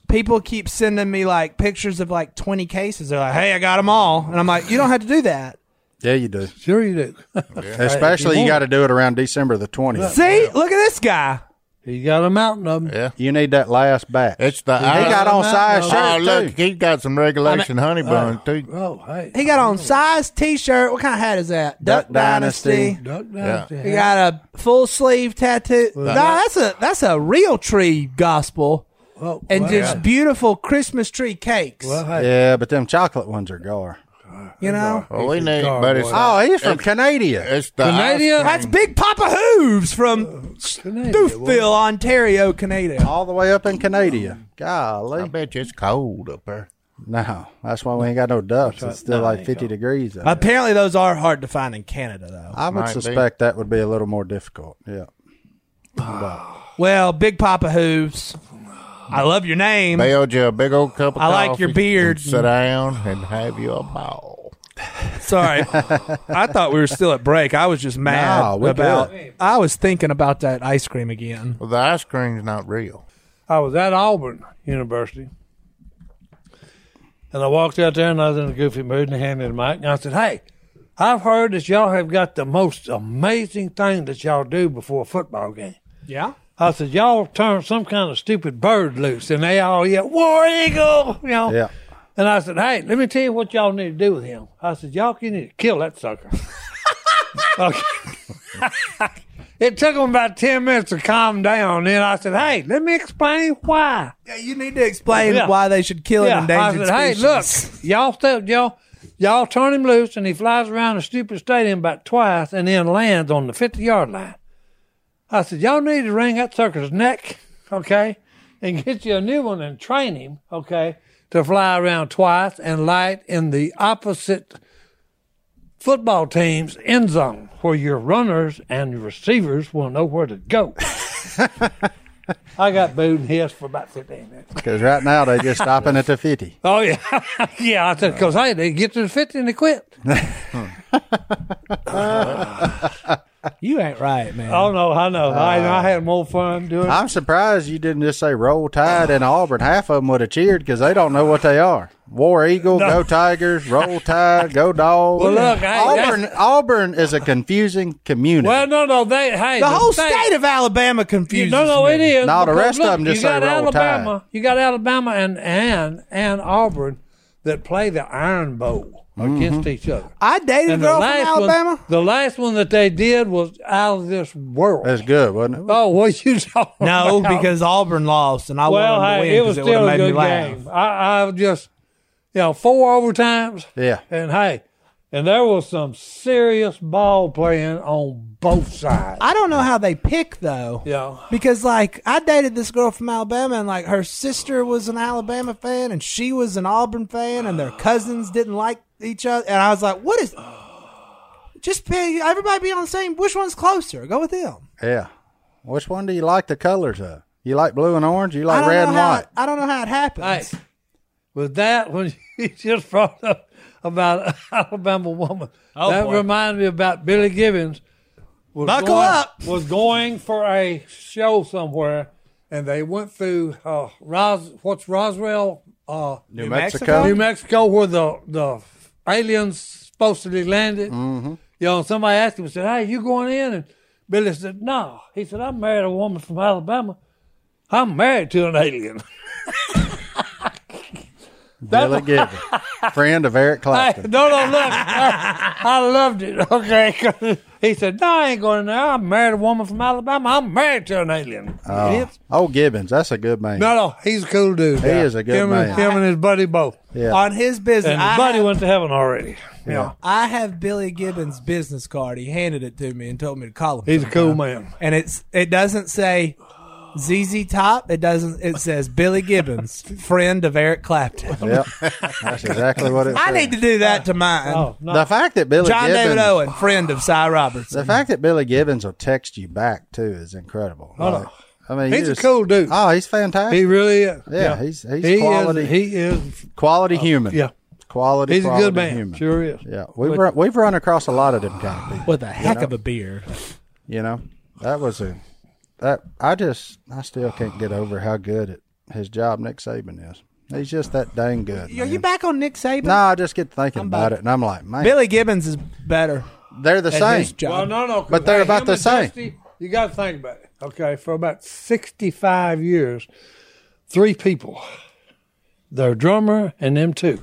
Speaker 5: people keep sending me like pictures of like twenty cases. They're like, "Hey, I got them all," and I'm like, "You don't have to do that."
Speaker 2: Yeah, you do.
Speaker 3: Sure you do.
Speaker 2: Especially you got to do it around December the twentieth.
Speaker 5: See, look at this guy.
Speaker 3: (laughs) you got a mountain of them.
Speaker 4: Yeah.
Speaker 2: You need that last batch.
Speaker 4: It's the
Speaker 2: he got on size shirt
Speaker 4: Oh,
Speaker 2: too.
Speaker 4: look, he's got some regulation honey
Speaker 5: uh,
Speaker 4: bun too.
Speaker 3: Oh, hey.
Speaker 5: He got on size T-shirt. What kind of hat is that?
Speaker 2: Duck Dynasty.
Speaker 3: Duck
Speaker 5: He got a full sleeve tattoo. No, that's a that's a real tree gospel
Speaker 3: Oh,
Speaker 5: and (laughs)
Speaker 3: well,
Speaker 5: just beautiful Christmas tree cakes.
Speaker 3: well, hey.
Speaker 2: Yeah, but them chocolate ones are gar.
Speaker 5: you know,
Speaker 4: Well, we need,
Speaker 3: car,
Speaker 4: but it's
Speaker 3: boy.
Speaker 2: Oh, he's from Canada.
Speaker 4: it's the
Speaker 3: Canadian?
Speaker 5: uh, that's Big Papa Hooves from
Speaker 2: Uh,
Speaker 3: Canadian,
Speaker 5: Stouffville, Ontario, Canada.
Speaker 2: all the way up in Canada.
Speaker 4: I
Speaker 2: Golly.
Speaker 4: bet you it's cold up there.
Speaker 2: No, that's why we ain't got no ducks. It's still like 50 degrees. Up.
Speaker 5: Apparently, those are hard to find in Canada, though.
Speaker 2: I would
Speaker 4: Might be.
Speaker 2: suspect that would be a little more difficult. Yeah.
Speaker 5: Well, Big Papa Hooves, I love your name.
Speaker 4: Build you a big old cup of
Speaker 5: I
Speaker 4: coffee.
Speaker 5: like your beard.
Speaker 4: and Sit down and have you a ball.
Speaker 2: (laughs)
Speaker 5: Sorry, I thought we were still at break. I was just mad
Speaker 2: No, we're
Speaker 5: about.
Speaker 2: good.
Speaker 5: I was thinking about that ice cream again.
Speaker 4: Well, the ice cream's not real.
Speaker 3: I was at Auburn University. And I walked out there and I was in a goofy mood and they handed me the mic. And I said, Hey, I've heard that y'all have got the most amazing thing that y'all do before a football game.
Speaker 5: Yeah.
Speaker 3: I said, Y'all turn some kind of stupid bird loose and they all yell, War Eagle, (laughs) you know.
Speaker 2: Yeah.
Speaker 3: And I said, Hey, let me tell you what y'all need to do with him. I said, Y'all you need to kill that sucker. Okay. (laughs) it took him about 10 minutes to calm down. Then I said, Hey, let me explain why.
Speaker 5: Yeah, you need to explain
Speaker 3: Yeah.
Speaker 5: why they should kill an
Speaker 3: I
Speaker 5: endangered
Speaker 3: said, hey, look,
Speaker 5: species.
Speaker 3: y'all, th- y'all, y'all turn him loose, and he flies around the stupid stadium about twice, and then lands on the fifty-yard line. I said, y'all need to wring that sucker's neck, okay, and get you a new one and train him, okay, to fly around twice and light in the opposite football team's end zone, where your runners and your receivers will know where to
Speaker 5: (laughs)
Speaker 3: go. I got booed and hissed for about fifteen minutes.
Speaker 2: Because right now they're just stopping at the 50.
Speaker 3: (laughs) Oh yeah, yeah. I said, 'Cause hey, they get to the fifty and they quit.
Speaker 5: You ain't right, man.
Speaker 3: Oh no, I know.
Speaker 5: Uh,
Speaker 3: I, I had more fun doing. it.
Speaker 2: I'm surprised you didn't just say roll tide and Auburn. Half of them would have cheered because they don't know what they are. War Eagle, go Tigers, roll tide, go dog.
Speaker 3: Well, look, I-
Speaker 2: Auburn, Auburn is a confusing community.
Speaker 3: Well, no, no, they hey
Speaker 5: the whole
Speaker 3: thing-
Speaker 5: state of Alabama
Speaker 3: You,
Speaker 5: confuses
Speaker 3: no, no,
Speaker 5: me.
Speaker 3: it is.
Speaker 2: No, the
Speaker 3: because
Speaker 2: rest of them just
Speaker 3: you got
Speaker 2: say roll tide.
Speaker 3: Alabama, You got Alabama and and and Auburn that play the Iron Bowl against each other.
Speaker 5: Mm-hmm. I dated a
Speaker 3: And
Speaker 5: girl from Alabama.
Speaker 3: one, the last one that they did was out of this world.
Speaker 2: That's good, wasn't it?
Speaker 3: oh, what you talking
Speaker 5: Uh,
Speaker 3: (laughs)
Speaker 5: No,
Speaker 3: about?
Speaker 5: because Auburn lost, and I
Speaker 3: well,
Speaker 5: wanted them to
Speaker 3: hey,
Speaker 5: win
Speaker 3: it was
Speaker 5: because it, would
Speaker 3: still a
Speaker 5: have made me
Speaker 3: good
Speaker 5: laugh.
Speaker 3: game. I, I just, you know, four overtimes.
Speaker 2: Yeah.
Speaker 3: And hey, and there was some serious ball playing on both sides.
Speaker 5: I don't know how they pick though.
Speaker 3: Yeah.
Speaker 5: Because like I dated this girl from Alabama and like her sister was an Alabama fan and she was an Auburn fan and their cousins didn't like each other and I was like, what is just be, everybody be on the same which one's closer? Go with them.
Speaker 2: Yeah. Which one do you like the colors of? You like blue and orange? You
Speaker 5: I
Speaker 2: like
Speaker 5: don't
Speaker 2: red
Speaker 5: know
Speaker 2: and
Speaker 5: how
Speaker 2: white?
Speaker 5: I don't know how it
Speaker 3: Hey,
Speaker 5: happens.
Speaker 3: with that, when (laughs) you just brought up about an (laughs) Alabama woman,
Speaker 5: Oh,
Speaker 3: that
Speaker 5: boy.
Speaker 3: reminded me about Billy Gibbons. Was
Speaker 5: Buckle
Speaker 3: going,
Speaker 5: up.
Speaker 3: Was going for a show somewhere, and they went through uh, Ros- what's Roswell, uh,
Speaker 2: New,
Speaker 5: Mexico?
Speaker 3: New Mexico, where the the aliens supposedly landed.
Speaker 2: Mm-hmm.
Speaker 3: You know, and somebody asked him, said, "Hey, you going in?" And Billy said, "No." He said, "I married a woman from Alabama. I'm married to an alien." (laughs)
Speaker 2: Billy Gibbon, friend of Eric
Speaker 3: Hey,
Speaker 2: Clapton.
Speaker 3: no, no, look. I, I loved it. (laughs) Okay. He said, No, I ain't going in there. I married a woman from Alabama. I'm married to an alien. Idiots.
Speaker 2: Oh, Gibbons, that's a good man.
Speaker 3: No, no. He's a cool dude. He
Speaker 2: is a good
Speaker 3: him
Speaker 2: man.
Speaker 3: And, him and his buddy both.
Speaker 2: Yeah.
Speaker 5: On his business.
Speaker 3: And his
Speaker 5: I
Speaker 3: buddy
Speaker 5: have,
Speaker 3: went to heaven already. Yeah.
Speaker 5: I have Billy Gibbons' business card. He handed it to me and told me to call him.
Speaker 3: He's a cool man.
Speaker 5: and it's it doesn't say ZZ Top. It doesn't. It says Billy Gibbons, (laughs) friend of Eric Clapton.
Speaker 2: Yep. That's exactly what it
Speaker 5: I
Speaker 2: said.
Speaker 5: need to do that to mine.
Speaker 3: Oh, no.
Speaker 2: the fact that Billy
Speaker 5: John
Speaker 2: Gibbons,
Speaker 5: David Owen, friend of Cy
Speaker 2: The
Speaker 5: Robertson.
Speaker 2: fact that Billy Gibbons will text you back too is incredible.
Speaker 3: Oh, no.
Speaker 2: Like, I mean,
Speaker 3: He's
Speaker 2: you
Speaker 3: a cool dude.
Speaker 2: Oh, he's fantastic.
Speaker 3: he really is.
Speaker 2: yeah, he's he's
Speaker 3: he
Speaker 2: quality
Speaker 3: Is, he is.
Speaker 2: quality human.
Speaker 3: yeah.
Speaker 2: quality.
Speaker 3: He's a
Speaker 2: quality
Speaker 3: good man.
Speaker 2: Human.
Speaker 3: Sure is.
Speaker 2: Yeah, we've run, we've run across a lot of them kind of people.
Speaker 5: With a heck of a beard.
Speaker 2: You know, that was a that I just I still can't get over how good at his job Nick Saban is. He's just that dang good.
Speaker 5: Are
Speaker 2: man.
Speaker 5: you back on Nick Saban?
Speaker 2: No, I just get thinking about
Speaker 5: back.
Speaker 2: it, and I'm like, man,
Speaker 5: Billy Gibbons is better.
Speaker 2: they're the same.
Speaker 5: his job.
Speaker 3: Well, no, no. 'cause,
Speaker 2: But they're
Speaker 3: hey,
Speaker 2: about
Speaker 3: him
Speaker 2: the
Speaker 3: and
Speaker 2: same.
Speaker 3: Dusty, you got to think about it. Okay, for about 65 years, three people, their drummer and them two,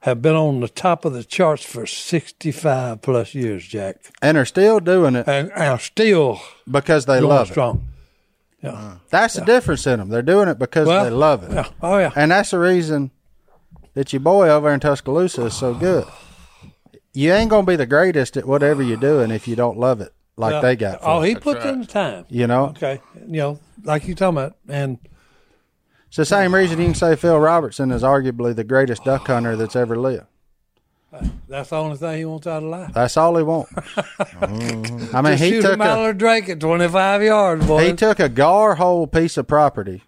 Speaker 3: have been on the top of the charts for 65 plus years, Jack,
Speaker 2: and are still doing it
Speaker 3: and are still
Speaker 2: because they
Speaker 3: going
Speaker 2: love it.
Speaker 3: strong. Yeah.
Speaker 2: That's the difference in them. They're doing it because
Speaker 3: Well,
Speaker 2: they love it.
Speaker 3: yeah. Oh, yeah.
Speaker 2: And that's the reason that your boy over in Tuscaloosa is so good. You ain't going to be the greatest at whatever you're doing if you don't love it like they got. For
Speaker 3: Oh,
Speaker 2: it,
Speaker 3: he puts in the time.
Speaker 2: you know?
Speaker 3: Okay. You know, like you talking about. And
Speaker 2: It's the same reason you can say Phil Robertson is arguably the greatest duck hunter that's ever lived.
Speaker 3: that's the only thing he wants out of life.
Speaker 2: That's all he
Speaker 3: (laughs)
Speaker 2: wants. I mean, he
Speaker 3: Shoot
Speaker 2: took
Speaker 3: him out
Speaker 2: a,
Speaker 3: of the Drake at 25 yards, boy.
Speaker 2: he took a gar hole piece of property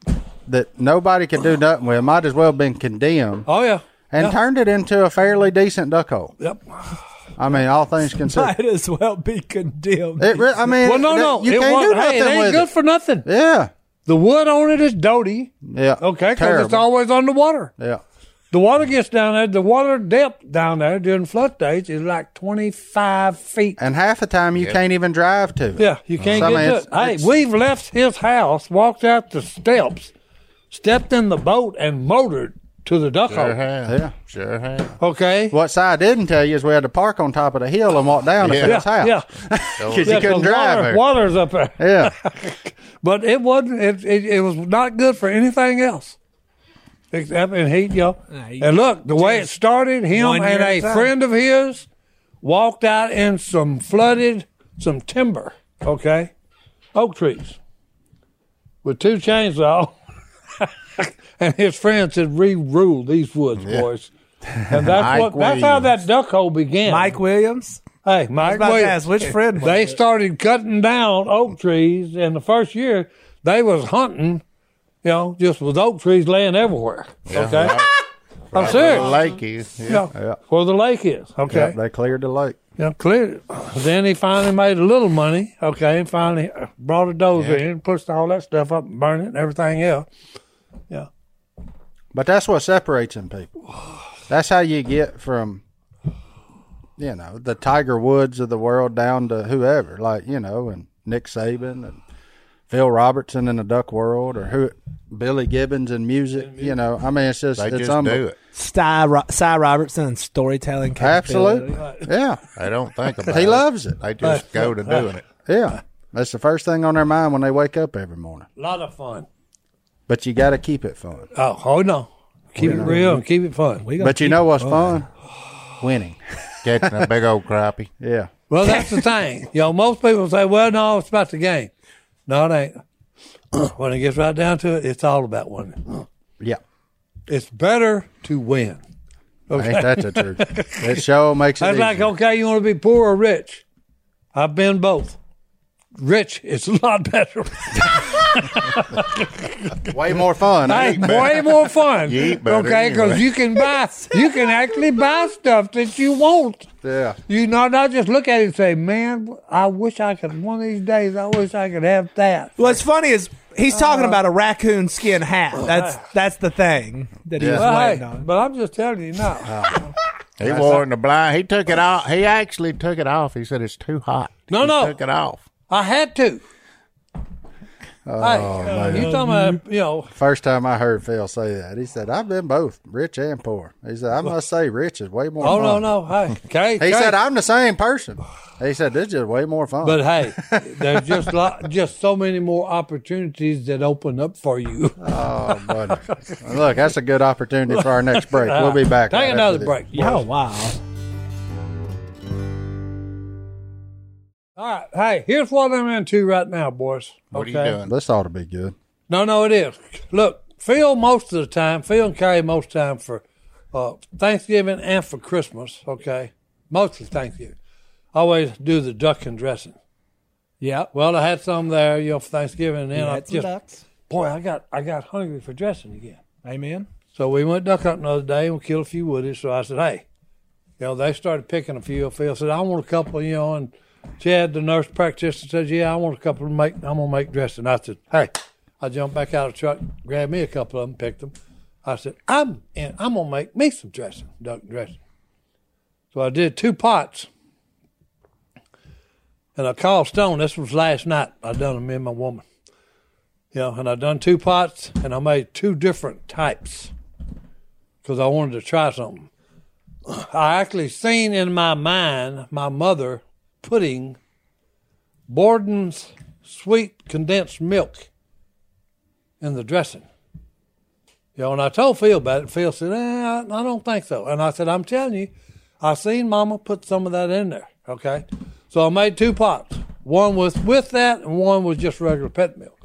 Speaker 2: that nobody could do nothing with. Might as well have been condemned
Speaker 3: oh, yeah.
Speaker 2: and turned it into a fairly decent duck hole.
Speaker 3: Yep. (laughs)
Speaker 2: I mean, all things considered.
Speaker 5: Might as well be condemned.
Speaker 2: It re- I mean,
Speaker 3: Well, no,
Speaker 2: that-
Speaker 3: no,
Speaker 2: you
Speaker 3: it
Speaker 2: can't
Speaker 3: was,
Speaker 2: do
Speaker 3: hey,
Speaker 2: nothing
Speaker 3: it ain't
Speaker 2: with
Speaker 3: good
Speaker 2: it.
Speaker 3: for nothing.
Speaker 2: yeah,
Speaker 3: The wood on it is doty.
Speaker 2: yeah.
Speaker 3: Okay, because it's
Speaker 2: Terrible.
Speaker 3: always underwater.
Speaker 2: yeah.
Speaker 3: The water gets down there. The water depth down there during flood days is like twenty five feet.
Speaker 2: And half the time you can't even drive to. it.
Speaker 3: Yeah, you can't
Speaker 2: So, I
Speaker 3: get
Speaker 2: mean,
Speaker 3: to
Speaker 2: it's-
Speaker 3: it. Hey,
Speaker 2: it's-
Speaker 3: we've left his house, walked out the steps, stepped in the boat, and motored to the duck
Speaker 4: Sure
Speaker 2: Uh-huh.
Speaker 3: hole.
Speaker 4: have.
Speaker 2: Yeah.
Speaker 4: Sure have.
Speaker 3: Okay.
Speaker 2: What Si didn't tell you is we had to park on top of the hill and walk down to
Speaker 4: Yeah.
Speaker 2: Phil's house
Speaker 3: yeah,
Speaker 2: (laughs) because
Speaker 3: yeah,
Speaker 2: you couldn't
Speaker 3: 'cause
Speaker 2: drive
Speaker 3: water,
Speaker 2: there.
Speaker 3: Water's up there,
Speaker 2: Yeah,
Speaker 3: (laughs) but it wasn't. It, it, it was not good for anything else. Except in heat, yo.
Speaker 5: Nah, he-
Speaker 3: and look, the way it started, him
Speaker 5: One year
Speaker 3: and
Speaker 5: at
Speaker 3: a
Speaker 5: a time.
Speaker 3: friend of his walked out in some flooded, some timber, okay, oak trees, with two chainsaw. (laughs) and his friend said, "Re-rule these woods, boys." And that's
Speaker 4: Mike
Speaker 3: what. That's how that duck hole began.
Speaker 5: Mike Williams?
Speaker 3: hey, Mike
Speaker 5: About to
Speaker 3: Williams.
Speaker 5: ask which friend was
Speaker 3: They
Speaker 5: it?
Speaker 3: started cutting down oak trees, and the first year they was hunting, you know, just with oak trees laying everywhere. okay, I'm
Speaker 4: Right where
Speaker 3: serious.
Speaker 4: the lake is. Yeah.
Speaker 3: Yeah.
Speaker 2: Yeah.
Speaker 3: Where the lake is.
Speaker 2: Yep,
Speaker 3: Okay.
Speaker 2: they cleared the lake.
Speaker 3: Yeah, clear. Then he finally made a little money. Okay. And finally uh, brought a dozer in, pushed all that stuff up, burned it and everything else. Yeah.
Speaker 2: But that's what separates them people. That's how you get from, you know, the Tiger Woods of the world down to whoever, like you know, and Nick Saban and Phil Robertson in the duck world, or who Billy Gibbons in music. You know, I mean, it's just
Speaker 4: They
Speaker 2: it's
Speaker 4: just
Speaker 2: unbe-
Speaker 4: do it.
Speaker 5: Cy, Ro- Cy Robertson and storytelling. capability.
Speaker 2: Absolutely, yeah.
Speaker 4: They don't think about it.
Speaker 2: He loves it.
Speaker 4: They just go to doing it.
Speaker 2: Yeah, that's the first thing on their mind when they wake up every morning.
Speaker 3: A lot of fun.
Speaker 2: But you got to keep it fun.
Speaker 3: Oh, oh no. Keep it real and keep it fun.
Speaker 5: We gonna
Speaker 2: But you
Speaker 5: keep
Speaker 2: know
Speaker 5: it
Speaker 2: what's
Speaker 5: going.
Speaker 2: fun? Winning.
Speaker 4: Catching a big old crappie.
Speaker 2: Yeah.
Speaker 3: Well, that's the
Speaker 4: (laughs)
Speaker 3: thing. You know, most people say, well, no, it's about the game. No, it ain't. (clears throat) when it gets right down to it, it's all about winning.
Speaker 2: Yeah.
Speaker 3: It's better to win.
Speaker 2: Ain't that the truth? It sure makes it.
Speaker 3: That's like,
Speaker 2: easier.
Speaker 3: okay, you want to be poor or rich? I've been both. Rich is a lot better.
Speaker 2: way more fun.
Speaker 3: Hey, way more fun.
Speaker 4: You eat better
Speaker 3: okay, because
Speaker 4: anyway.
Speaker 3: you can buy, you can actually buy stuff that you want.
Speaker 2: Yeah.
Speaker 3: You know, not just look at it and say, "Man, I wish I could." One of these days, I wish I could have that.
Speaker 5: What's funny is he's
Speaker 2: Uh-huh.
Speaker 5: talking about a raccoon skin hat. That's that's the thing that he was
Speaker 3: Well, hey,
Speaker 5: waiting on.
Speaker 3: but I'm just telling you now.
Speaker 4: He wore it in the blind. He took it off. He actually took it off. He said it's too hot.
Speaker 3: No,
Speaker 4: he
Speaker 3: no.
Speaker 4: Took it off.
Speaker 3: I had to. hey, uh, you talking about you know?
Speaker 2: First time I heard Phil say that, he said, "I've been both rich and poor." He said, "I must say, rich is way more."
Speaker 3: Oh no,
Speaker 2: fun.
Speaker 3: no. Hey, okay.
Speaker 2: He said, "I'm the same person." He said, "This is way more fun."
Speaker 3: But hey, there's just lot, just so many more opportunities that open up for you. (laughs)
Speaker 2: oh, buddy. look, that's a good opportunity for our next break. We'll be back. right
Speaker 3: Take
Speaker 2: after
Speaker 3: another
Speaker 2: this.
Speaker 3: break.
Speaker 5: Oh wow.
Speaker 3: All right. Hey, here's what I'm into right now, boys.
Speaker 4: What
Speaker 3: Okay?
Speaker 4: are you doing?
Speaker 2: This ought to be good.
Speaker 3: No, no, it is. Look, Phil most of the time, Phil and Carrie most of the time for uh, Thanksgiving and for Christmas, okay? Mostly Thanksgiving. Always do the duck and dressing.
Speaker 5: Yep.
Speaker 3: Well, I had some there, you know, for Thanksgiving and then I
Speaker 5: Had some
Speaker 3: just
Speaker 5: ducks.
Speaker 3: boy, I got I got hungry for dressing again.
Speaker 5: Amen.
Speaker 3: So we went duck hunting the other day and we killed a few woodies. So I said, hey, you know, they started picking a few. Phil said, I want a couple, you know, and Chad, the nurse practitioner, says, yeah, I want a couple to make, I'm going to make dressing. I said, hey, I jumped back out of the truck, grabbed me a couple of them, picked them. I said, I'm in, I'm going to make me some dressing, duck dressing. So I did two pots. And I called Stone. This was last night. I done them, me and my woman. You know, and I done two pots and I made two different types because I wanted to try something. I actually seen in my mind my mother putting Borden's sweet condensed milk in the dressing. You know, and I told Phil about it. Phil said, eh, I I don't think so. And I said, I'm telling you, I seen Mama put some of that in there. Okay. So I made two pots. One was with that and one was just regular pet milk.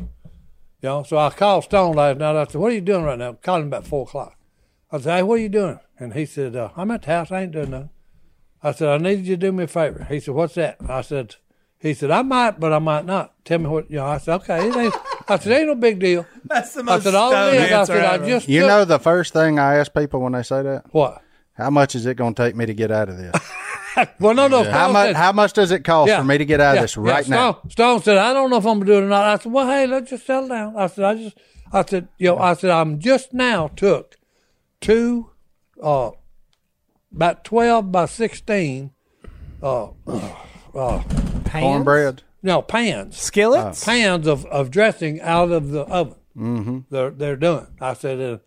Speaker 3: You know, so I called Stone last night. I said, What are you doing right now? Called him about four o'clock. I said, hey, what are you doing? And he said, uh, I'm at the house. I ain't doing nothing. I said, I need you to do me a favor. He said, what's that? I said, he said, I might, but I might not. Tell me what, you know, I said, okay. It ain't, I said, ain't no big deal.
Speaker 5: That's the
Speaker 3: I
Speaker 5: most
Speaker 3: said, all it is, I
Speaker 5: answer
Speaker 3: said, I
Speaker 5: ever.
Speaker 3: just
Speaker 2: You
Speaker 3: took-
Speaker 2: know the first thing I ask people when they say that?
Speaker 3: what?
Speaker 2: How much is it going to take me to get out of
Speaker 3: (laughs)
Speaker 2: this?
Speaker 3: Well, no, no. Stone
Speaker 2: How much?
Speaker 3: said-
Speaker 2: How much does it cost
Speaker 3: Oh, Yeah.
Speaker 2: for me to get out
Speaker 3: yeah,
Speaker 2: of this
Speaker 3: yeah,
Speaker 2: right now?
Speaker 3: Stone, Stone said, I don't know if I'm going to do it or not. I said, well, hey, let's just settle down. I said, I just, I said, you know, I said, I'm just now took two, uh, about 12 by 16,
Speaker 5: Pans?
Speaker 2: Cornbread. Oh.
Speaker 3: no, pans.
Speaker 5: skillets.
Speaker 3: pans of, of dressing out of the oven. Mm-hmm. They're they're done. I said, uh,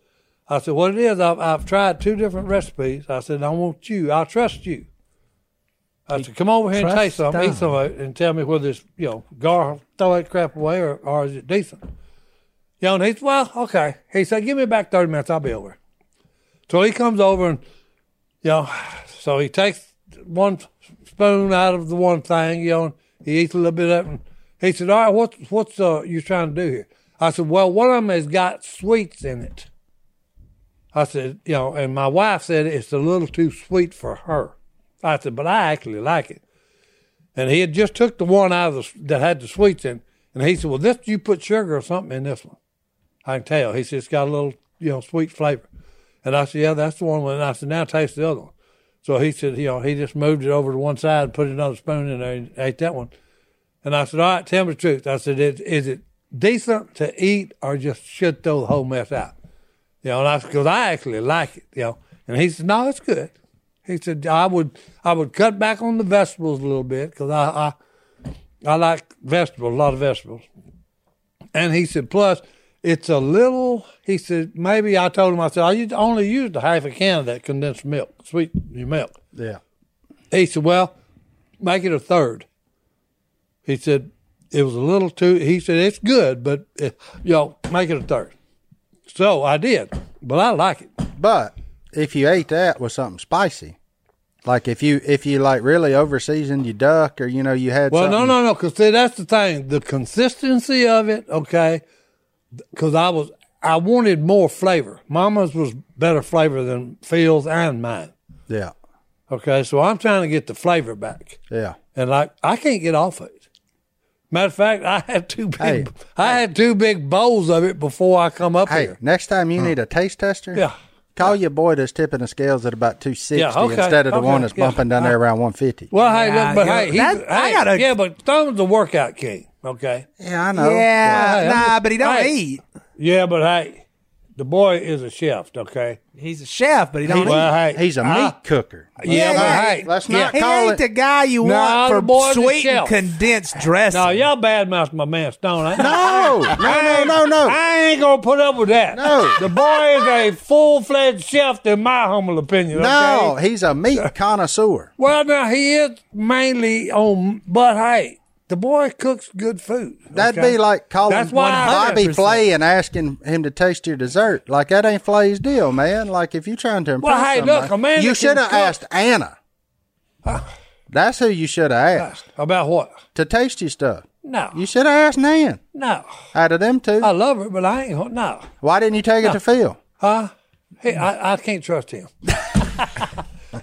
Speaker 3: I said, what it is? I've, I've tried two different recipes. I said, I want you. I trust you. I said, come over here and taste
Speaker 5: Trust
Speaker 3: some,
Speaker 5: them.
Speaker 3: eat some of it, and tell me whether it's you know gar throw that crap away or, or is it decent. You know, and he's well, okay. He said, give me back thirty minutes. I'll be over. So he comes over and you know, so he takes one spoon out of the one thing, you know, and he eats a little bit of it. And he said, All right, what's, what's uh, you trying to do here? I said, Well, one of them has got sweets in it. I said, You know, and my wife said it's a little too sweet for her. I said, But I actually like it. And he had just took the one out of the, that had the sweets in, and he said, Well, this, you put sugar or something in this one. I can tell. He said, It's got a little, you know, sweet flavor. And I said, yeah, that's the one. And I said, now taste the other one. So he said, you know, he just moved it over to one side and put another spoon in there and ate that one. And I said, all right, tell me the truth. I said, is, is it decent to eat or just should throw the whole mess out? You know, and I said, because I actually like it, you know. And he said, no, it's good. He said, I would I would cut back on the vegetables a little bit because I, I I like vegetables, a lot of vegetables. And he said, plus, it's a little, he said, maybe I told him, I said, I used- only used a half a can of that condensed milk, sweet milk.
Speaker 2: Yeah.
Speaker 3: He said, well, make it a third. He said, it was a little too, he said, it's good, but, eh, you know, make it a third. So I did, but I like it.
Speaker 2: But if you ate that with something spicy, like if you if you like really over seasoned your duck or you know you had
Speaker 3: Well,
Speaker 2: something,
Speaker 3: no, no, no. Because see, that's the thing. The consistency of it, okay. Because I was, I wanted more flavor. Mama's was better flavor than Phil's and mine.
Speaker 2: yeah
Speaker 3: Okay, so I'm trying to get the flavor back,
Speaker 2: yeah
Speaker 3: and like I can't get off it. Matter of fact, I had two big,
Speaker 2: Hey.
Speaker 3: I had two big bowls of it before I come up
Speaker 2: hey
Speaker 3: here.
Speaker 2: next time you need a taste tester
Speaker 3: Hmm. Yeah.
Speaker 2: call your boy that's tipping the scales at about 260
Speaker 3: Yeah, okay,
Speaker 2: instead of the
Speaker 3: okay,
Speaker 2: one that's
Speaker 3: yeah.
Speaker 2: bumping down there around 150
Speaker 3: Well, hey,
Speaker 5: Yeah,
Speaker 3: look, but
Speaker 5: you know,
Speaker 3: hey, he,
Speaker 5: that- I
Speaker 3: hey,
Speaker 5: gotta-
Speaker 3: yeah, but Thumb's a workout king. Okay,
Speaker 2: yeah i know
Speaker 5: yeah,
Speaker 3: Hey, I'm
Speaker 5: nah,
Speaker 3: just-
Speaker 5: but he don't
Speaker 3: hey.
Speaker 5: eat.
Speaker 3: yeah, but hey, the boy is a chef. Okay,
Speaker 5: He's a chef, but he don't eat.
Speaker 3: well, hey,
Speaker 2: he's a
Speaker 3: I-
Speaker 2: meat cooker
Speaker 3: Yeah,
Speaker 5: Yeah,
Speaker 3: but
Speaker 5: yeah.
Speaker 3: hey,
Speaker 2: Let's
Speaker 3: yeah.
Speaker 2: not-
Speaker 5: He
Speaker 2: Call
Speaker 5: ain't
Speaker 2: it-
Speaker 5: the guy you
Speaker 3: No, the
Speaker 5: want
Speaker 3: boy's
Speaker 5: for
Speaker 3: a
Speaker 5: sweet and
Speaker 3: chef.
Speaker 5: condensed dressing.
Speaker 3: No, y'all badmouth my man Stone. I,
Speaker 2: no
Speaker 3: (laughs)
Speaker 2: no no no no
Speaker 3: I ain't gonna put up with that.
Speaker 2: No.
Speaker 3: the boy is a full fledged chef, in my humble opinion.
Speaker 2: no
Speaker 3: okay?
Speaker 2: he's a meat connoisseur
Speaker 3: Well, now he is mainly on, but hey, the boy cooks good food.
Speaker 2: That'd
Speaker 3: okay?
Speaker 2: be like calling
Speaker 3: That's why I-
Speaker 2: Bobby
Speaker 3: 100%.
Speaker 2: Flay and asking him to taste your dessert. Like that ain't Flay's deal, man. Like if you trying to impress
Speaker 3: Well, hey,
Speaker 2: somebody,
Speaker 3: look, a man
Speaker 2: you
Speaker 3: that can
Speaker 2: should have
Speaker 3: cook-
Speaker 2: asked
Speaker 3: (sighs)
Speaker 2: Anna. That's who you should have asked
Speaker 3: about what?
Speaker 2: to taste your stuff.
Speaker 3: No,
Speaker 2: You should have asked Nan.
Speaker 3: no,
Speaker 2: Out of them two,
Speaker 3: I love her, but I ain't gonna- no.
Speaker 2: why didn't you
Speaker 3: uh.
Speaker 2: take it to Phil?
Speaker 3: Hey, I, I can't trust him. (laughs)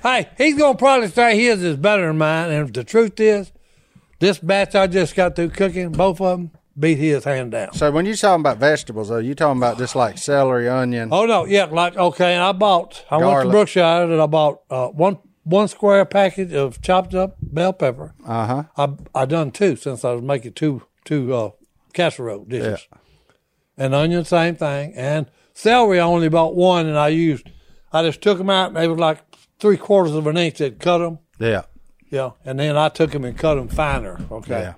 Speaker 3: hey, he's gonna probably say his is better than mine, and the truth is, this batch I just got through cooking, both of them beat his hand down.
Speaker 2: So when you're talking about vegetables, though, you're talking about just like celery, onion.
Speaker 3: Oh no, yeah, like okay. And I bought. I went to
Speaker 2: Garlic.
Speaker 3: Brookshire and I bought uh, one one square package of chopped up bell pepper.
Speaker 2: Uh-huh.
Speaker 3: Uh huh. I I done two since I was making two two uh, casserole dishes. And onion, same thing. And celery, I only bought one, and I used. I just took them out, and they were like three quarters of an inch. That cut them,
Speaker 2: Yeah,
Speaker 3: yeah. And then I took them and cut them finer, okay.
Speaker 2: Yeah.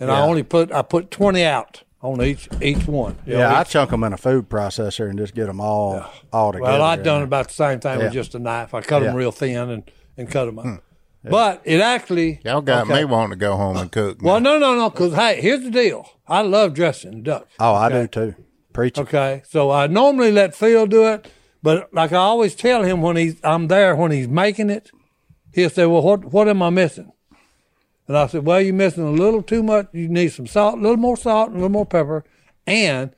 Speaker 3: And I
Speaker 2: Yeah.
Speaker 3: only put I put twenty out on each each one. you know,
Speaker 2: yeah. I
Speaker 3: each
Speaker 2: chunk them in a food processor and just get them all all together.
Speaker 3: well, I've done about the same thing
Speaker 2: Yeah.
Speaker 3: with just a knife. I cut
Speaker 2: Yeah.
Speaker 3: them real thin and, and cut them up. But it actually.
Speaker 4: Y'all got
Speaker 3: okay.
Speaker 4: me wanting to go home and cook. now.
Speaker 3: Well, no, no, no. Because, hey, here's the deal I love dressing duck.
Speaker 2: Oh, I do too. Preach it.
Speaker 3: Okay. So I normally let Phil do it. But like I always tell him when he's, I'm there when he's making it, he'll say, Well, what, what am I missing? And I said, Well, you're missing a little too much. You need some salt, a little more salt, and a little more pepper. And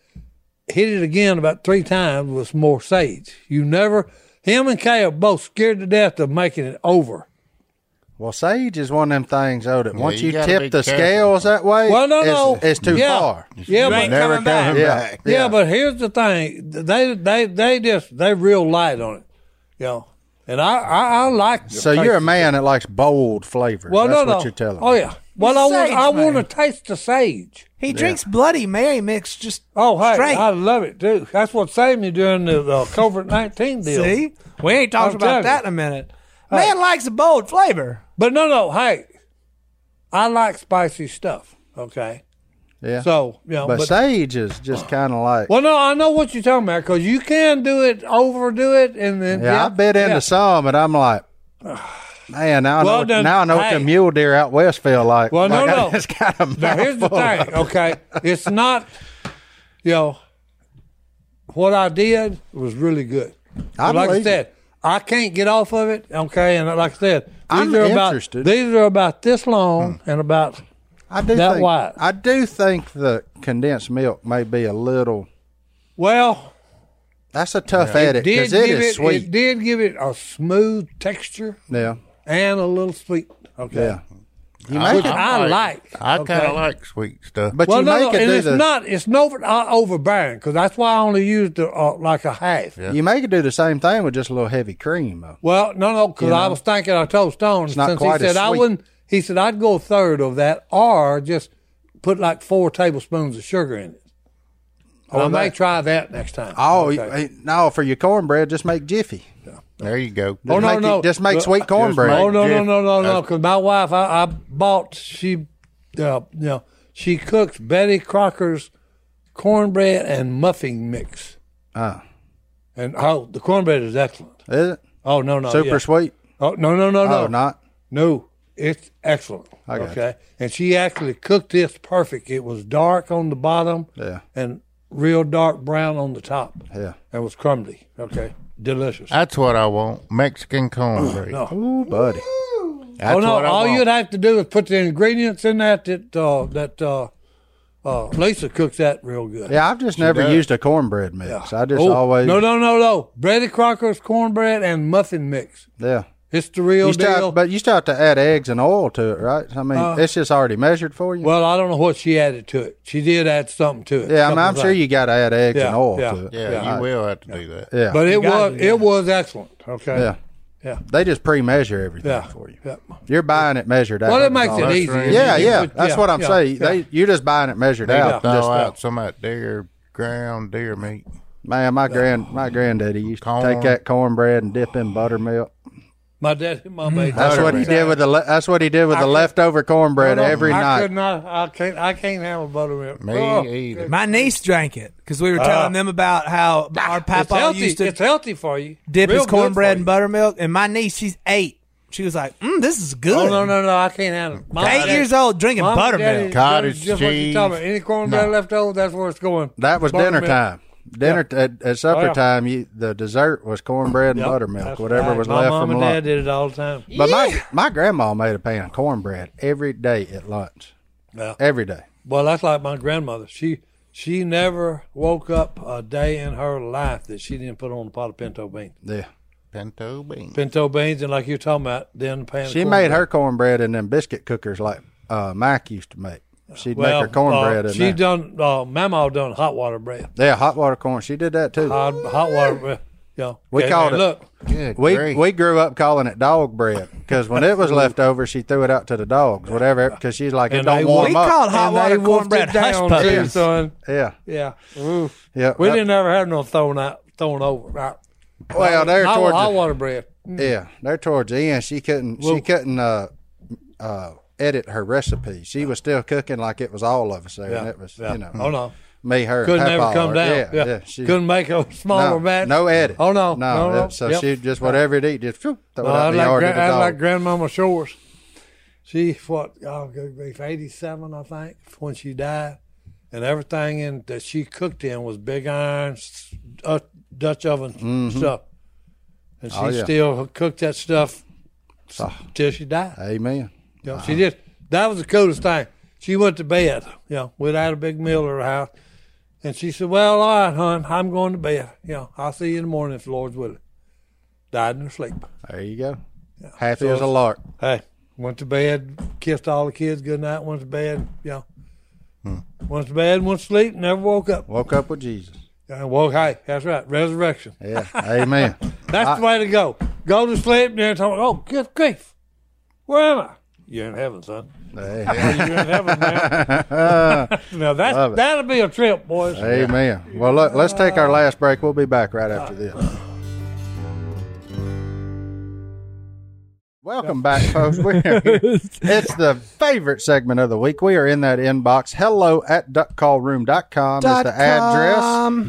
Speaker 3: hit it again about three times with some more sage. You never, him and Kay are both scared to death of making it over.
Speaker 2: Well, sage is one of them things, though, that once
Speaker 4: you
Speaker 2: you,
Speaker 4: gotta be
Speaker 2: tip the
Speaker 4: careful.
Speaker 2: scales that way,
Speaker 3: Well, no,
Speaker 2: it's,
Speaker 3: no.
Speaker 2: it's too
Speaker 3: yeah.
Speaker 2: far.
Speaker 3: Yeah, but,
Speaker 4: never
Speaker 5: coming back.
Speaker 4: coming
Speaker 2: Yeah.
Speaker 4: back.
Speaker 3: yeah, but here's the thing. They, they, they just, they real light on it, you know. And I, I, I like. the
Speaker 2: So
Speaker 3: taste
Speaker 2: you're a
Speaker 3: of
Speaker 2: man that likes bold flavors.
Speaker 3: Well,
Speaker 2: That's
Speaker 3: no,
Speaker 2: what
Speaker 3: no.
Speaker 2: you're telling
Speaker 3: Oh
Speaker 2: me.
Speaker 3: yeah. Well,
Speaker 5: Sage,
Speaker 3: I want I
Speaker 5: man.
Speaker 3: want to taste the sage.
Speaker 5: he drinks Bloody Mary mix just
Speaker 3: Oh hey,
Speaker 5: straight.
Speaker 3: I love it too. That's what saved me during the uh, COVID nineteen deal.
Speaker 5: See, we ain't
Speaker 3: I'm
Speaker 5: talking
Speaker 3: telling
Speaker 5: about that in
Speaker 3: you.
Speaker 5: a minute. Man likes a bold flavor.
Speaker 3: But no, no. Hey, I like spicy stuff. Okay.
Speaker 2: Yeah.
Speaker 3: So you know,
Speaker 2: but,
Speaker 3: but,
Speaker 2: sage is just kind of like.
Speaker 3: well, no, I know what you're talking about because you can do it, overdo it, and then
Speaker 2: yeah, I've been into
Speaker 3: yeah.
Speaker 2: some, and I'm like, man, now I know,
Speaker 3: Well,
Speaker 2: what,
Speaker 3: then,
Speaker 2: now I know what
Speaker 3: hey.
Speaker 2: the mule deer out west feel like.
Speaker 3: Well, no,
Speaker 2: Like,
Speaker 3: no.
Speaker 2: (laughs) It's kind of
Speaker 3: Now here's the thing, okay? It's not, you know, what I did was really good.
Speaker 2: I
Speaker 3: But like I
Speaker 2: believe
Speaker 3: said, I can't get off of it, okay? And like I said, these
Speaker 2: I'm
Speaker 3: are about
Speaker 2: interested. Hmm.
Speaker 3: these are about this long and about
Speaker 2: I do
Speaker 3: that
Speaker 2: think,
Speaker 3: wide.
Speaker 2: I do think the condensed milk may be a little.
Speaker 3: well,
Speaker 2: That's a tough
Speaker 3: it
Speaker 2: edit
Speaker 3: did
Speaker 2: because it
Speaker 3: give
Speaker 2: is
Speaker 3: it,
Speaker 2: sweet.
Speaker 3: it did give it a smooth texture
Speaker 2: yeah,
Speaker 3: and a little sweet. Okay.
Speaker 2: yeah. You make it,
Speaker 3: I like.
Speaker 4: I kind of like sweet stuff.
Speaker 2: but
Speaker 3: Well,
Speaker 2: you
Speaker 3: no,
Speaker 2: make
Speaker 3: no,
Speaker 2: it
Speaker 3: and
Speaker 2: do
Speaker 3: it's
Speaker 2: the
Speaker 3: not. It's no uh, overbearing because that's why I only used the, uh, like a
Speaker 2: (laughs)
Speaker 3: half.
Speaker 2: you make it do the same thing with just a little heavy cream. Though.
Speaker 3: Well, no, no, because I was thinking I told Stone
Speaker 2: not
Speaker 3: since he
Speaker 2: quite as
Speaker 3: said I
Speaker 2: sweet.
Speaker 3: wouldn't. He said I'd go a third of that, or just put like four tablespoons of sugar in it. And I
Speaker 2: Well,
Speaker 3: may
Speaker 2: that-
Speaker 3: try that next time.
Speaker 2: Oh you-
Speaker 3: Okay.
Speaker 2: eh, no! For your cornbread, just make Jiffy.
Speaker 4: There you go.
Speaker 2: Just
Speaker 3: Oh, no,
Speaker 2: make
Speaker 3: no.
Speaker 2: It, just make
Speaker 3: Look,
Speaker 2: sweet
Speaker 3: just
Speaker 2: cornbread.
Speaker 4: make-
Speaker 3: Oh no, no,
Speaker 4: Jeff-
Speaker 3: no, no, no! Because my wife, I, I bought she, uh, you know, she cooks Betty Crocker's cornbread and muffin mix.
Speaker 2: Ah.
Speaker 3: and oh, the cornbread is excellent.
Speaker 2: Is it
Speaker 3: Oh no, no,
Speaker 2: super
Speaker 3: yeah.
Speaker 2: sweet?
Speaker 3: Oh no, no, no, no,
Speaker 2: Oh, not.
Speaker 3: no, it's excellent.
Speaker 2: I got
Speaker 3: okay, and she actually cooked this perfect. It was dark on the bottom,
Speaker 2: Yeah.
Speaker 3: and real dark brown on the top.
Speaker 2: Yeah.
Speaker 3: and was crumbly. Okay, delicious.
Speaker 4: That's what I want. Mexican cornbread.
Speaker 3: No.
Speaker 2: Ooh, buddy. That's
Speaker 3: oh no!
Speaker 4: what I
Speaker 3: all
Speaker 4: want.
Speaker 3: you'd have to do is put the ingredients in that that uh, that uh, uh, Lisa cooks that real good.
Speaker 2: Yeah, I've just never
Speaker 4: does.
Speaker 2: used a cornbread mix. I just
Speaker 3: Oh,
Speaker 2: always
Speaker 3: no no no no Brady Crocker's cornbread and muffin mix.
Speaker 2: Yeah.
Speaker 3: It's the real
Speaker 2: You still
Speaker 3: deal.
Speaker 2: have, but you still have to add eggs and oil to it, right? I mean, it's just already measured for you.
Speaker 3: Uh, well, I don't know what she added to it. She did add something to it.
Speaker 2: yeah, I mean, I'm
Speaker 3: something
Speaker 2: sure
Speaker 3: like-
Speaker 2: you got to add eggs
Speaker 3: Yeah,
Speaker 2: and oil
Speaker 3: yeah,
Speaker 2: to it.
Speaker 4: Yeah,
Speaker 3: Yeah.
Speaker 4: you will have to do that.
Speaker 2: Yeah.
Speaker 3: But it
Speaker 5: gotta
Speaker 3: was
Speaker 5: do that.
Speaker 3: it was excellent. Okay.
Speaker 2: yeah.
Speaker 3: Yeah.
Speaker 2: They just pre-measure everything
Speaker 3: Yeah.
Speaker 2: for you.
Speaker 3: yeah.
Speaker 2: You're buying it measured out.
Speaker 3: Well, it
Speaker 2: That's
Speaker 3: makes
Speaker 2: all.
Speaker 3: it
Speaker 4: that's
Speaker 3: easy.
Speaker 4: right.
Speaker 2: Yeah,
Speaker 3: You
Speaker 2: yeah.
Speaker 3: put-
Speaker 2: That's
Speaker 3: yeah,
Speaker 2: what I'm
Speaker 3: yeah,
Speaker 2: saying.
Speaker 3: yeah.
Speaker 2: They, you're just buying it measured
Speaker 4: They'll
Speaker 2: out.
Speaker 4: throw
Speaker 2: Just,
Speaker 4: out some of that deer, ground deer meat.
Speaker 2: man, my grand my granddaddy used
Speaker 4: Corn.
Speaker 2: to take that cornbread and dip in buttermilk.
Speaker 3: My dad
Speaker 5: Mm-hmm.
Speaker 3: and mom made
Speaker 2: That's what he did with the le- that's what he did with the
Speaker 3: could-
Speaker 2: leftover cornbread
Speaker 3: No, no,
Speaker 2: every
Speaker 3: I
Speaker 2: night.
Speaker 3: Could not, I can't. I can't have a buttermilk.
Speaker 4: Me
Speaker 3: Oh,
Speaker 4: either.
Speaker 5: My niece drank it because we were telling them about how our
Speaker 3: Uh. It's
Speaker 5: papa
Speaker 3: healthy.
Speaker 5: used to
Speaker 3: It's healthy for you.
Speaker 5: dip
Speaker 3: Real
Speaker 5: his
Speaker 3: good for
Speaker 5: cornbread
Speaker 3: you.
Speaker 5: in buttermilk. And my niece, she's eight. She was like, mm, "This is good."
Speaker 3: Oh no no no! I can't have it. My
Speaker 5: Eight
Speaker 3: dad-
Speaker 5: years old drinking
Speaker 3: Mom and
Speaker 5: buttermilk.
Speaker 3: daddy-
Speaker 4: Cottage
Speaker 3: just what you
Speaker 4: cheese.
Speaker 3: talking about. Any cornbread left over, that's where it's going.
Speaker 2: That was dinner
Speaker 3: Buttermilk.
Speaker 2: time. Dinner at, at supper
Speaker 3: Oh, yeah.
Speaker 2: time, you, the dessert was cornbread and
Speaker 3: Yep,
Speaker 2: buttermilk,
Speaker 3: that's
Speaker 2: whatever
Speaker 3: right.
Speaker 2: was
Speaker 3: My
Speaker 2: left
Speaker 3: mom
Speaker 2: from
Speaker 3: and dad
Speaker 2: lunch.
Speaker 3: did it all the time.
Speaker 2: But my my grandma made a pan of cornbread every day at lunch.
Speaker 3: Yeah.
Speaker 2: Every day.
Speaker 3: Well, that's like my grandmother. She she never woke up a day in her life that she didn't put on a pot of pinto beans.
Speaker 2: Yeah.
Speaker 4: Pinto bean.
Speaker 3: Pinto beans, and like you're talking about, then pan. of
Speaker 2: She
Speaker 3: cornbread.
Speaker 2: made her cornbread in them biscuit cookers like uh, Mike used to make. She'd
Speaker 3: Well,
Speaker 2: make her cornbread
Speaker 3: Uh,
Speaker 2: in
Speaker 3: she
Speaker 2: there.
Speaker 3: done. Uh, Mama done hot water bread.
Speaker 2: yeah, hot water corn. She did that too.
Speaker 3: Hot, hot water bread. Yeah.
Speaker 2: We
Speaker 3: Okay,
Speaker 2: called
Speaker 3: now
Speaker 2: it-
Speaker 3: Look,
Speaker 4: Good
Speaker 2: we
Speaker 4: grief.
Speaker 2: we grew up calling it dog bread because when it was left over, she threw it out to the dogs, whatever, because she's like, it
Speaker 3: And they
Speaker 2: don't warm
Speaker 5: we
Speaker 2: up.
Speaker 5: called hot
Speaker 3: And they
Speaker 5: water
Speaker 3: wolfed it
Speaker 5: cornbread hush
Speaker 3: down, too,
Speaker 5: puppies.
Speaker 3: son.
Speaker 2: yeah,
Speaker 3: Yeah. Ooh.
Speaker 2: yeah.
Speaker 3: We
Speaker 2: that-
Speaker 3: didn't ever have no thrown out, thrown over. Right.
Speaker 2: Well, there
Speaker 3: Hot,
Speaker 2: towards
Speaker 3: hot
Speaker 2: the,
Speaker 3: water bread.
Speaker 2: Yeah, there towards the end, she couldn't. She couldn't uh, uh, edit her recipe. She was still cooking like it was all of us there, and it was
Speaker 3: yeah.
Speaker 2: you know
Speaker 3: Oh no.
Speaker 2: me, her,
Speaker 3: Couldn't
Speaker 2: Papa,
Speaker 3: ever come
Speaker 2: or-
Speaker 3: down.
Speaker 2: Yeah, yeah. she,
Speaker 3: Couldn't make a smaller
Speaker 2: no,
Speaker 3: batch.
Speaker 2: no edit.
Speaker 3: Oh no.
Speaker 2: no.
Speaker 3: No. no,
Speaker 2: it- So
Speaker 3: Yep.
Speaker 2: she just whatever it eat, just phew, throw
Speaker 3: No,
Speaker 2: it out
Speaker 3: I
Speaker 2: in the
Speaker 3: like,
Speaker 2: yard. to
Speaker 3: gra-
Speaker 2: the
Speaker 3: I like
Speaker 2: dog.
Speaker 3: Grandmama Shores. She what? Oh, good grief, eighty-seven, I think, when she died, and everything in that she cooked in was big iron, s- uh, Dutch oven stuff, and she
Speaker 2: Mm-hmm. Oh, yeah.
Speaker 3: still cooked that stuff
Speaker 2: So,
Speaker 3: till she died.
Speaker 2: amen.
Speaker 3: You know, She just that was the coolest thing. She went to bed, you know, without a big meal at her house. And she said, Well, all right, hon, I'm going to bed. You know, I'll see you in the morning if the Lord's willing. Died in her sleep.
Speaker 2: There you go. Happy
Speaker 3: So
Speaker 2: as a lark.
Speaker 3: Hey, went to bed, kissed all the kids good night, went to bed, you know. Went to bed, went to sleep, never woke up.
Speaker 2: Woke up with Jesus.
Speaker 3: And woke, hey, that's right, resurrection. (laughs)
Speaker 2: Yeah, amen.
Speaker 3: That's the way to go. Go to sleep, and then talk, oh, good grief. Where am I? You're in heaven, son.
Speaker 2: Yeah.
Speaker 3: You're in heaven, man. (laughs) now
Speaker 2: Love
Speaker 3: that's,
Speaker 2: it.
Speaker 3: that'll be a trip, boys.
Speaker 2: Amen. Well, look, let's take our last break. We'll be back right after this. Welcome back, folks. We're
Speaker 3: (laughs)
Speaker 2: it's the favorite segment of the week. We are in that inbox. Hello at duckcallroom.com is the address.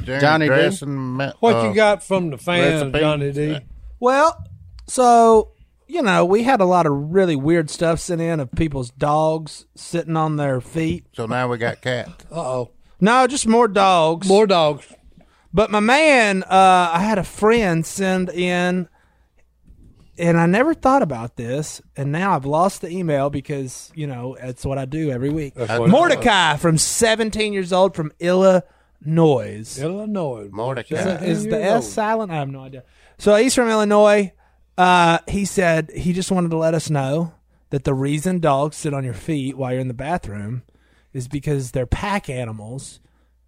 Speaker 4: Johnny,
Speaker 2: Johnny D.
Speaker 4: dressing ma-
Speaker 3: What
Speaker 4: uh,
Speaker 3: you got from the fans,
Speaker 4: recipe?
Speaker 3: Johnny D?
Speaker 5: Well, so you know, we had a lot of really weird stuff sent in of people's dogs sitting on their feet.
Speaker 4: So now we got cat.
Speaker 3: Uh oh.
Speaker 5: No, just more dogs.
Speaker 3: More dogs.
Speaker 5: But my man, uh, I had a friend send in, and I never thought about this, and now I've lost the email because you know that's what I do every week.
Speaker 3: what-
Speaker 5: Mordecai from 17 years old from Illinois.
Speaker 3: Illinois.
Speaker 4: Mordecai.
Speaker 5: Is the
Speaker 3: Years
Speaker 5: S silent? I have no idea. So he's from Illinois. Uh, he said he just wanted to let us know that the reason dogs sit on your feet while you're in the bathroom is because they're pack animals,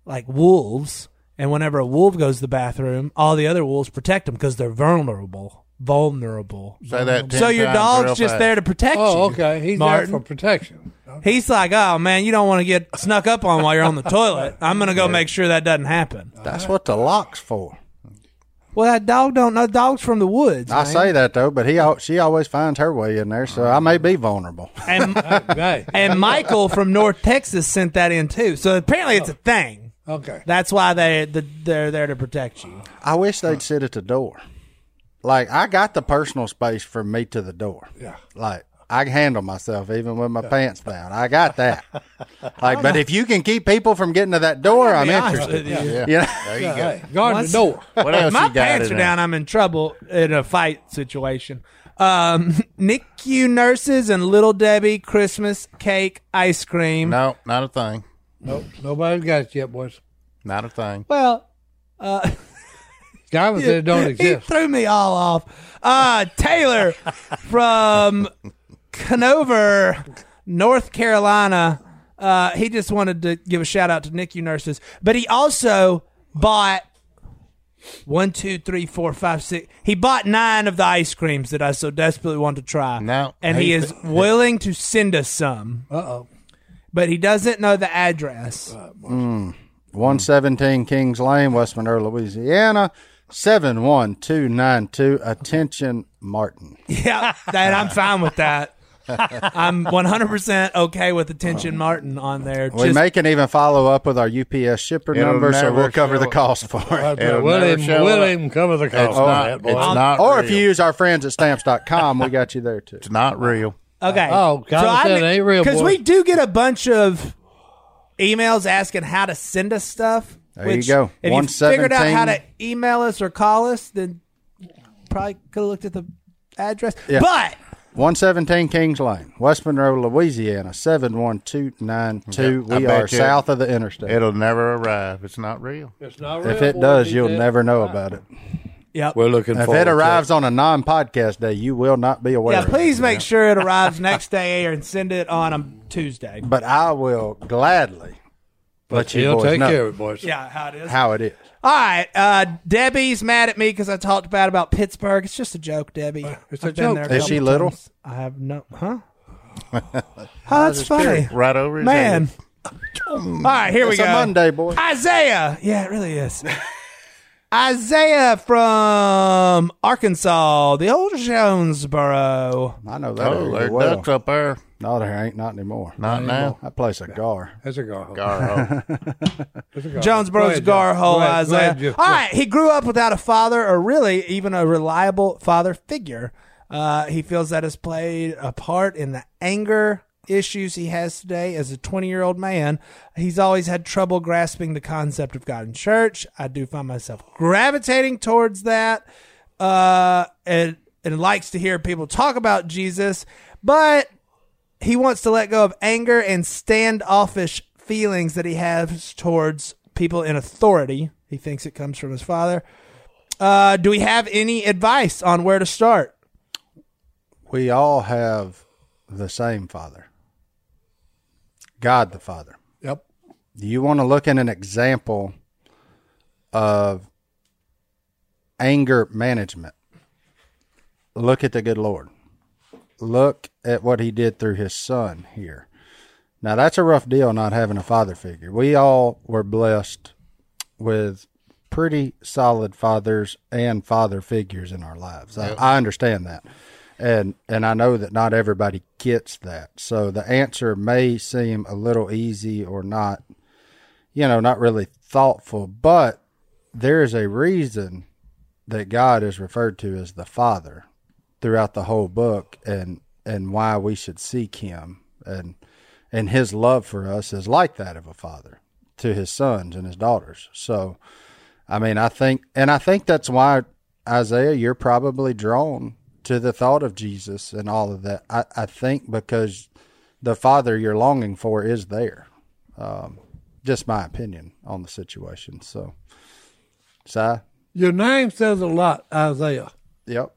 Speaker 5: like wolves. And whenever a wolf goes to the bathroom, all the other wolves protect them because they're vulnerable. Vulnerable.
Speaker 4: Say that 10
Speaker 5: So your
Speaker 4: times real
Speaker 5: dog's just
Speaker 4: fast.
Speaker 5: there to protect you.
Speaker 3: Oh, okay. He's
Speaker 5: Martin.
Speaker 3: there for protection.
Speaker 5: He's like, oh man, you don't want to get snuck up on while you're on the toilet. I'm gonna go make sure that doesn't happen.
Speaker 2: That's what the lock's for.
Speaker 5: Well, that dog don't know. Dogs from the woods.
Speaker 2: I
Speaker 5: man.
Speaker 2: say that though, but he al- she always finds her way in there, so I may be vulnerable.
Speaker 4: (laughs)
Speaker 5: And, (laughs)
Speaker 3: Okay.
Speaker 5: and Michael from North Texas sent that in too. So apparently
Speaker 4: Oh.
Speaker 5: it's a thing.
Speaker 3: Okay.
Speaker 5: That's why they the, they're there to protect you.
Speaker 2: I wish they'd sit at the door. Like I got the personal space from me to the door.
Speaker 3: Yeah.
Speaker 2: Like I can handle myself even with my pants down. I got that. Like, but if you can keep people from getting to that door, I'm
Speaker 5: Be honest
Speaker 2: interested.
Speaker 5: with you.
Speaker 4: Yeah.
Speaker 2: Yeah. (laughs)
Speaker 4: There you
Speaker 3: Yeah,
Speaker 4: go.
Speaker 3: hey, guard
Speaker 5: Once-
Speaker 3: the door.
Speaker 4: What else
Speaker 5: If my
Speaker 4: you got
Speaker 5: pants
Speaker 4: in
Speaker 5: are
Speaker 4: there?
Speaker 5: down, I'm in trouble in a fight situation. Um, (laughs) NICU nurses and Little Debbie Christmas cake ice cream.
Speaker 4: No, not a thing.
Speaker 3: Nope. Nobody's got it yet, boys.
Speaker 4: Not a thing.
Speaker 5: Well,
Speaker 3: Guy was there
Speaker 5: (laughs)
Speaker 3: don't exist.
Speaker 5: He threw me all off. Uh, Taylor from Conover, North Carolina. Uh, he just wanted to give a shout out to NICU nurses, but he also bought one, two, three, four, five, six. He bought nine of the ice creams that I so desperately want to try.
Speaker 4: No,
Speaker 5: and he
Speaker 4: he-
Speaker 5: is willing to send us some,
Speaker 3: Uh oh.
Speaker 5: but he doesn't know the address.
Speaker 2: One seventeen Kings Lane, West Monroe, Louisiana, seven one two nine two. Attention, Martin.
Speaker 5: Yeah, that I'm fine with that. I'm 100% okay with attention Martin on there.
Speaker 2: We
Speaker 5: Just-
Speaker 2: may can even follow up with our UPS shipper
Speaker 4: It'll
Speaker 2: number, so
Speaker 4: never
Speaker 2: we'll cover the
Speaker 4: show
Speaker 2: cost for it.
Speaker 4: It'll
Speaker 3: we'll
Speaker 4: never
Speaker 3: even,
Speaker 4: show
Speaker 3: we'll
Speaker 4: up.
Speaker 3: even cover the cost
Speaker 4: It's
Speaker 3: of
Speaker 4: not.
Speaker 3: that,
Speaker 4: It's
Speaker 3: boy. Um,
Speaker 4: not.
Speaker 2: Or
Speaker 4: real.
Speaker 2: if you use our friends at stamps.com, we got you there too.
Speaker 4: it's not real.
Speaker 5: okay.
Speaker 3: Oh, God, that ain't real,
Speaker 5: Because
Speaker 3: boy.
Speaker 5: we do get a bunch of emails asking how to send us stuff.
Speaker 2: There you
Speaker 5: which
Speaker 2: go.
Speaker 5: If you figured out how
Speaker 2: 117.
Speaker 5: to email us or call us, then probably could have looked at the address.
Speaker 2: Yeah.
Speaker 5: But
Speaker 2: 117 Kings Lane, West Monroe, Louisiana, 71292.
Speaker 4: I
Speaker 2: We
Speaker 4: bet
Speaker 2: are
Speaker 4: you-
Speaker 2: south of the interstate.
Speaker 4: It'll never arrive. It's not real.
Speaker 3: It's not real,
Speaker 2: If it
Speaker 3: boy.
Speaker 2: does,
Speaker 3: He
Speaker 2: you'll
Speaker 3: said-
Speaker 2: never know about it.
Speaker 5: yep.
Speaker 6: We're looking
Speaker 2: If
Speaker 6: forward
Speaker 2: it
Speaker 6: to
Speaker 2: arrives on a non podcast day, you will not be aware.
Speaker 5: yeah,
Speaker 2: of it.
Speaker 5: please make sure it arrives next day and send it on a Tuesday.
Speaker 2: But I will gladly let you
Speaker 3: He'll
Speaker 2: boys
Speaker 3: take
Speaker 2: know
Speaker 3: care of it, boys.
Speaker 5: Yeah, how it is.
Speaker 2: how it is.
Speaker 5: All right, uh, Debbie's mad at me because I talked bad about Pittsburgh. It's just a joke, Debbie.
Speaker 3: It's a
Speaker 5: I've been
Speaker 3: joke.
Speaker 5: there
Speaker 2: Is she
Speaker 5: couple
Speaker 2: little?
Speaker 5: times. I have no,
Speaker 2: (laughs)
Speaker 5: huh? oh, that's funny,
Speaker 4: Right over his
Speaker 5: man.
Speaker 4: head.
Speaker 5: All right, here we
Speaker 2: It's
Speaker 5: go.
Speaker 2: a Monday, boy.
Speaker 5: Isaiah, yeah, it really is. (laughs) Isaiah from Arkansas, the old Jonesboro.
Speaker 2: I know that.
Speaker 4: Oh,
Speaker 2: area
Speaker 4: there are
Speaker 2: well.
Speaker 4: ducks up there.
Speaker 2: No, there ain't. Not anymore.
Speaker 4: Not now. oh.
Speaker 2: That place a gar.
Speaker 3: That's a gar.
Speaker 4: Garho.
Speaker 3: That's a gar.
Speaker 5: Jonesboro's
Speaker 3: Go
Speaker 5: gar
Speaker 3: ahead, Joe.
Speaker 5: hole,
Speaker 3: Go ahead, go
Speaker 5: Isaiah.
Speaker 3: ahead, Joe.
Speaker 5: All right, he grew up without a father or really even a reliable father figure. Uh, he feels that has played a part in the anger issues he has today as a 20 year old man. He's always had trouble grasping the concept of God and church. I do find myself gravitating towards that uh, and, and likes to hear people talk about Jesus, but he wants to let go of anger and standoffish feelings that he has towards people in authority. He thinks it comes from his father. Uh, do we have any advice on where to start?
Speaker 2: We all have the same Father, God the Father.
Speaker 3: Yep.
Speaker 2: Do you want to look at an example of anger management? Look at the good Lord. Look at what he did through his son here. Now, that's a rough deal not having a father figure. We all were blessed with pretty solid fathers and father figures in our lives. I, I understand that. And and I know that not everybody gets that. So the answer may seem a little easy or not, you know, not really thoughtful, but there is a reason that God is referred to as the Father throughout the whole book and and why we should seek him and and his love for us is like that of a father to his sons and his daughters. So I mean, I think, and I think that's why Isaiah, you're probably drawn to the thought of Jesus and all of that. I, I think because the Father you're longing for is there. Um, just my opinion on the situation. So, Si,
Speaker 3: Your name says a lot, Isaiah.
Speaker 2: yep.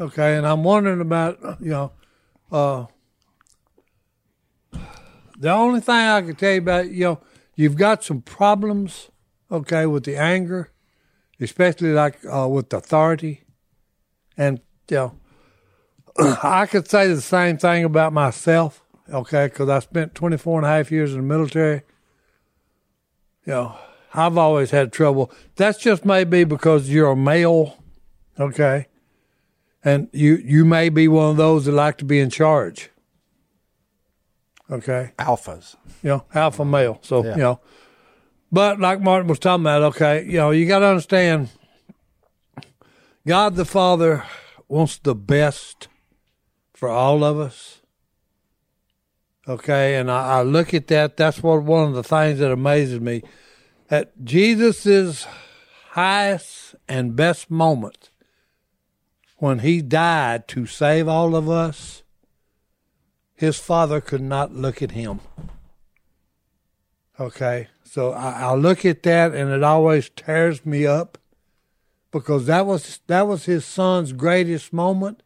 Speaker 3: Okay, and I'm wondering about you know uh, The only thing I can tell you about, you know, you've got some problems, okay, with the anger, especially like uh, with authority. And, you know, (clears throat) I could say the same thing about myself, okay, because I spent 24 and a half years in the military. You know, I've always had trouble. That's just maybe because you're a male, okay, and you, you may be one of those that like to be in charge, okay?
Speaker 2: Alphas.
Speaker 3: you know, alpha male. So, you know, but like Martin was talking about, okay, you know, you got to understand God the Father wants the best for all of us. Okay. And I, I look at that. That's what one of the things that amazes me at Jesus's highest and best moment when he died to save all of us. His father could not look at him. Okay. So I, I look at that and it always tears me up because that was that was his son's greatest moment,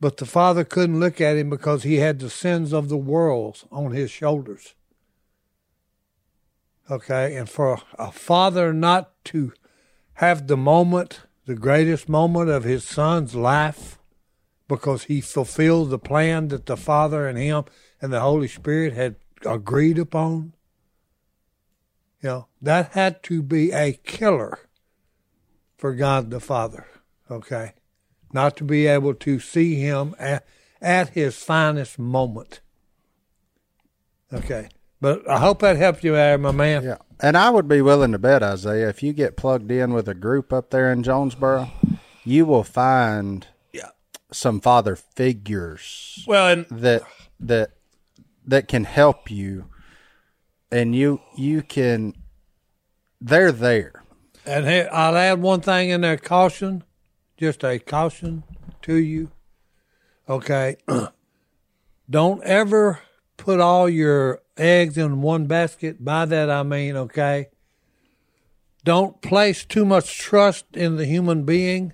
Speaker 3: but the father couldn't look at him because he had the sins of the world on his shoulders. Okay, and for a father not to have the moment, the greatest moment of his son's life, because he fulfilled the plan that the Father and him and the Holy Spirit had agreed upon, you know, that had to be a killer for God the Father, okay? Not to be able to see him at, at his finest moment. Okay. But I hope that helped you there, my man.
Speaker 2: Yeah. And I would be willing to bet, Isaiah, if you get plugged in with a group up there in Jonesboro, you will find some father figures
Speaker 5: Well, and
Speaker 2: that that that can help you and you you can they're there.
Speaker 3: And hey, I'll add one thing in there caution, just a caution to you. Okay. (clears throat) Don't ever put all your eggs in one basket. By that I mean, okay. Don't place too much trust in the human being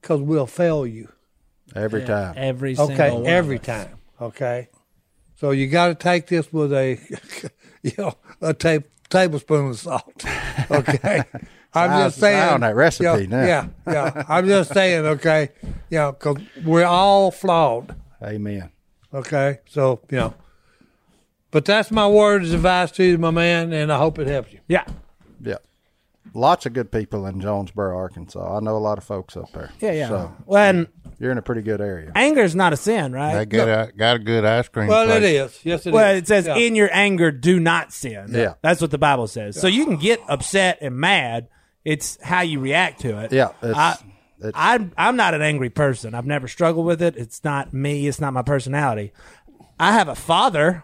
Speaker 3: because we'll fail you.
Speaker 2: Every time.
Speaker 5: every
Speaker 3: Okay,
Speaker 5: single one.
Speaker 3: every time. Okay, so you got to take this with a, (laughs) you know, a ta- tablespoon
Speaker 5: (laughs)
Speaker 3: of salt. Okay, I'm
Speaker 2: Sounds-
Speaker 3: just saying
Speaker 2: sound that recipe
Speaker 3: yeah,
Speaker 2: now.
Speaker 3: Yeah, yeah. I'm just saying. Okay, yeah, because we're all flawed.
Speaker 2: Amen.
Speaker 3: Okay, so you know, but that's my words of advice to you, my man, and I hope it helps you.
Speaker 5: Yeah.
Speaker 2: Yeah. Lots of good people in Jonesboro, Arkansas. I know a lot of folks up there.
Speaker 5: Yeah, yeah.
Speaker 2: So
Speaker 5: well, and
Speaker 2: you're in a pretty good area.
Speaker 5: anger is not a sin, right? (laughs)
Speaker 4: They got, a, got a good ice cream.
Speaker 3: Well,
Speaker 4: place.
Speaker 3: it is. Yes, it is.
Speaker 5: Well, it says,
Speaker 3: Yeah.
Speaker 5: in your anger, do not sin.
Speaker 2: Yeah.
Speaker 5: That's what the Bible says. So you can get upset and mad. It's how you react to it.
Speaker 2: Yeah, it's-
Speaker 5: I,
Speaker 2: it's-
Speaker 5: I'm, I'm not an angry person. I've never struggled with it. It's not me. It's not my personality. I have a father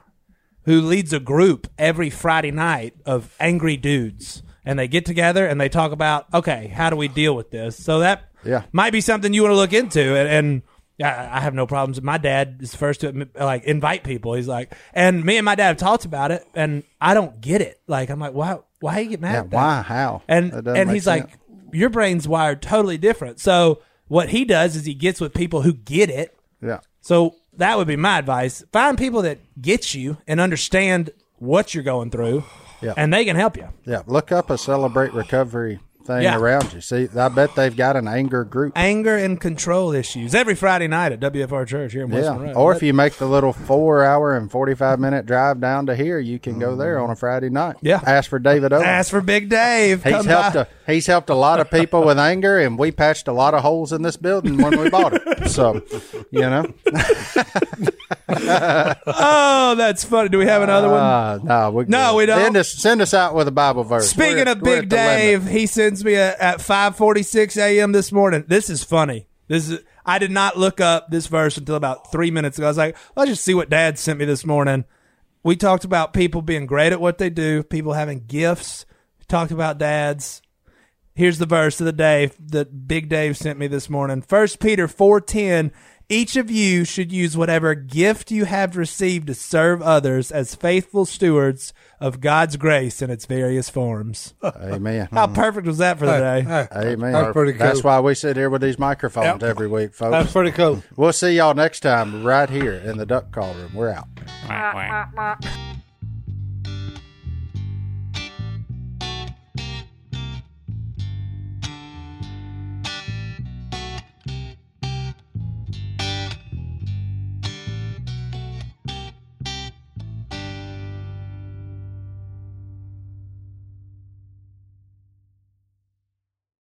Speaker 5: who leads a group every Friday night of angry dudes. And they get together and they talk about, okay, how do we deal with this? So that
Speaker 2: Yeah.
Speaker 5: might be something you want to look into. And, and I, I have no problems. My dad is the first to admit, like invite people. He's like, and me and my dad have talked about it, and I don't get it. Like I'm like, why? Why you get mad?
Speaker 2: Yeah,
Speaker 5: at that?
Speaker 2: why? How?
Speaker 5: And
Speaker 2: That doesn't
Speaker 5: and
Speaker 2: make
Speaker 5: he's
Speaker 2: sense.
Speaker 5: like, your brain's wired totally different. So what he does is he gets with people who get it.
Speaker 2: Yeah.
Speaker 5: So that would be my advice. Find people that get you and understand what you're going through,
Speaker 2: Yeah.
Speaker 5: and they can help you.
Speaker 2: Yeah, look up a celebrate recovery thing
Speaker 5: Yeah.
Speaker 2: around you. See, I bet they've got an anger group.
Speaker 5: Anger and control issues every Friday night at WFR Church here in West
Speaker 2: yeah,
Speaker 5: Monroe.
Speaker 2: or if you make the little four-hour and forty-five-minute drive down to here, you can go there on a Friday night.
Speaker 5: Yeah.
Speaker 2: ask for David Owen.
Speaker 5: ask for Big Dave,
Speaker 2: he's
Speaker 5: Come
Speaker 2: helped
Speaker 5: by.
Speaker 2: a, he's helped a lot of people with anger, and we patched a lot of holes in this building when we bought it. So, you know,
Speaker 5: Oh, that's funny. Do we have another one?
Speaker 2: uh, no, we
Speaker 5: No,
Speaker 2: good.
Speaker 5: we don't.
Speaker 2: Send us, send us out with a Bible verse.
Speaker 5: Speaking
Speaker 2: We're at-
Speaker 5: of Big
Speaker 2: we're at the limit.
Speaker 5: Dave, he sends me a, at 5:46 a.m. this morning. This is funny. This is I did not look up this verse until about 3 minutes ago. I was like, "I'll just see what dad sent me this morning." We talked about people being great at what they do, people having gifts. We talked about dads. Here's the verse of the day that Big Dave sent me this morning. 1 Peter 4:10 Each of you should use whatever gift you have received to serve others as faithful stewards of God's grace in its various forms.
Speaker 2: Amen.
Speaker 5: How perfect was that for the day?
Speaker 3: Hey,
Speaker 2: Amen.
Speaker 3: That's pretty cool.
Speaker 2: That's why we sit here with these microphones
Speaker 3: Yep.
Speaker 2: every week, folks.
Speaker 3: That's pretty cool.
Speaker 2: We'll see y'all next time right here in the duck call room. We're out.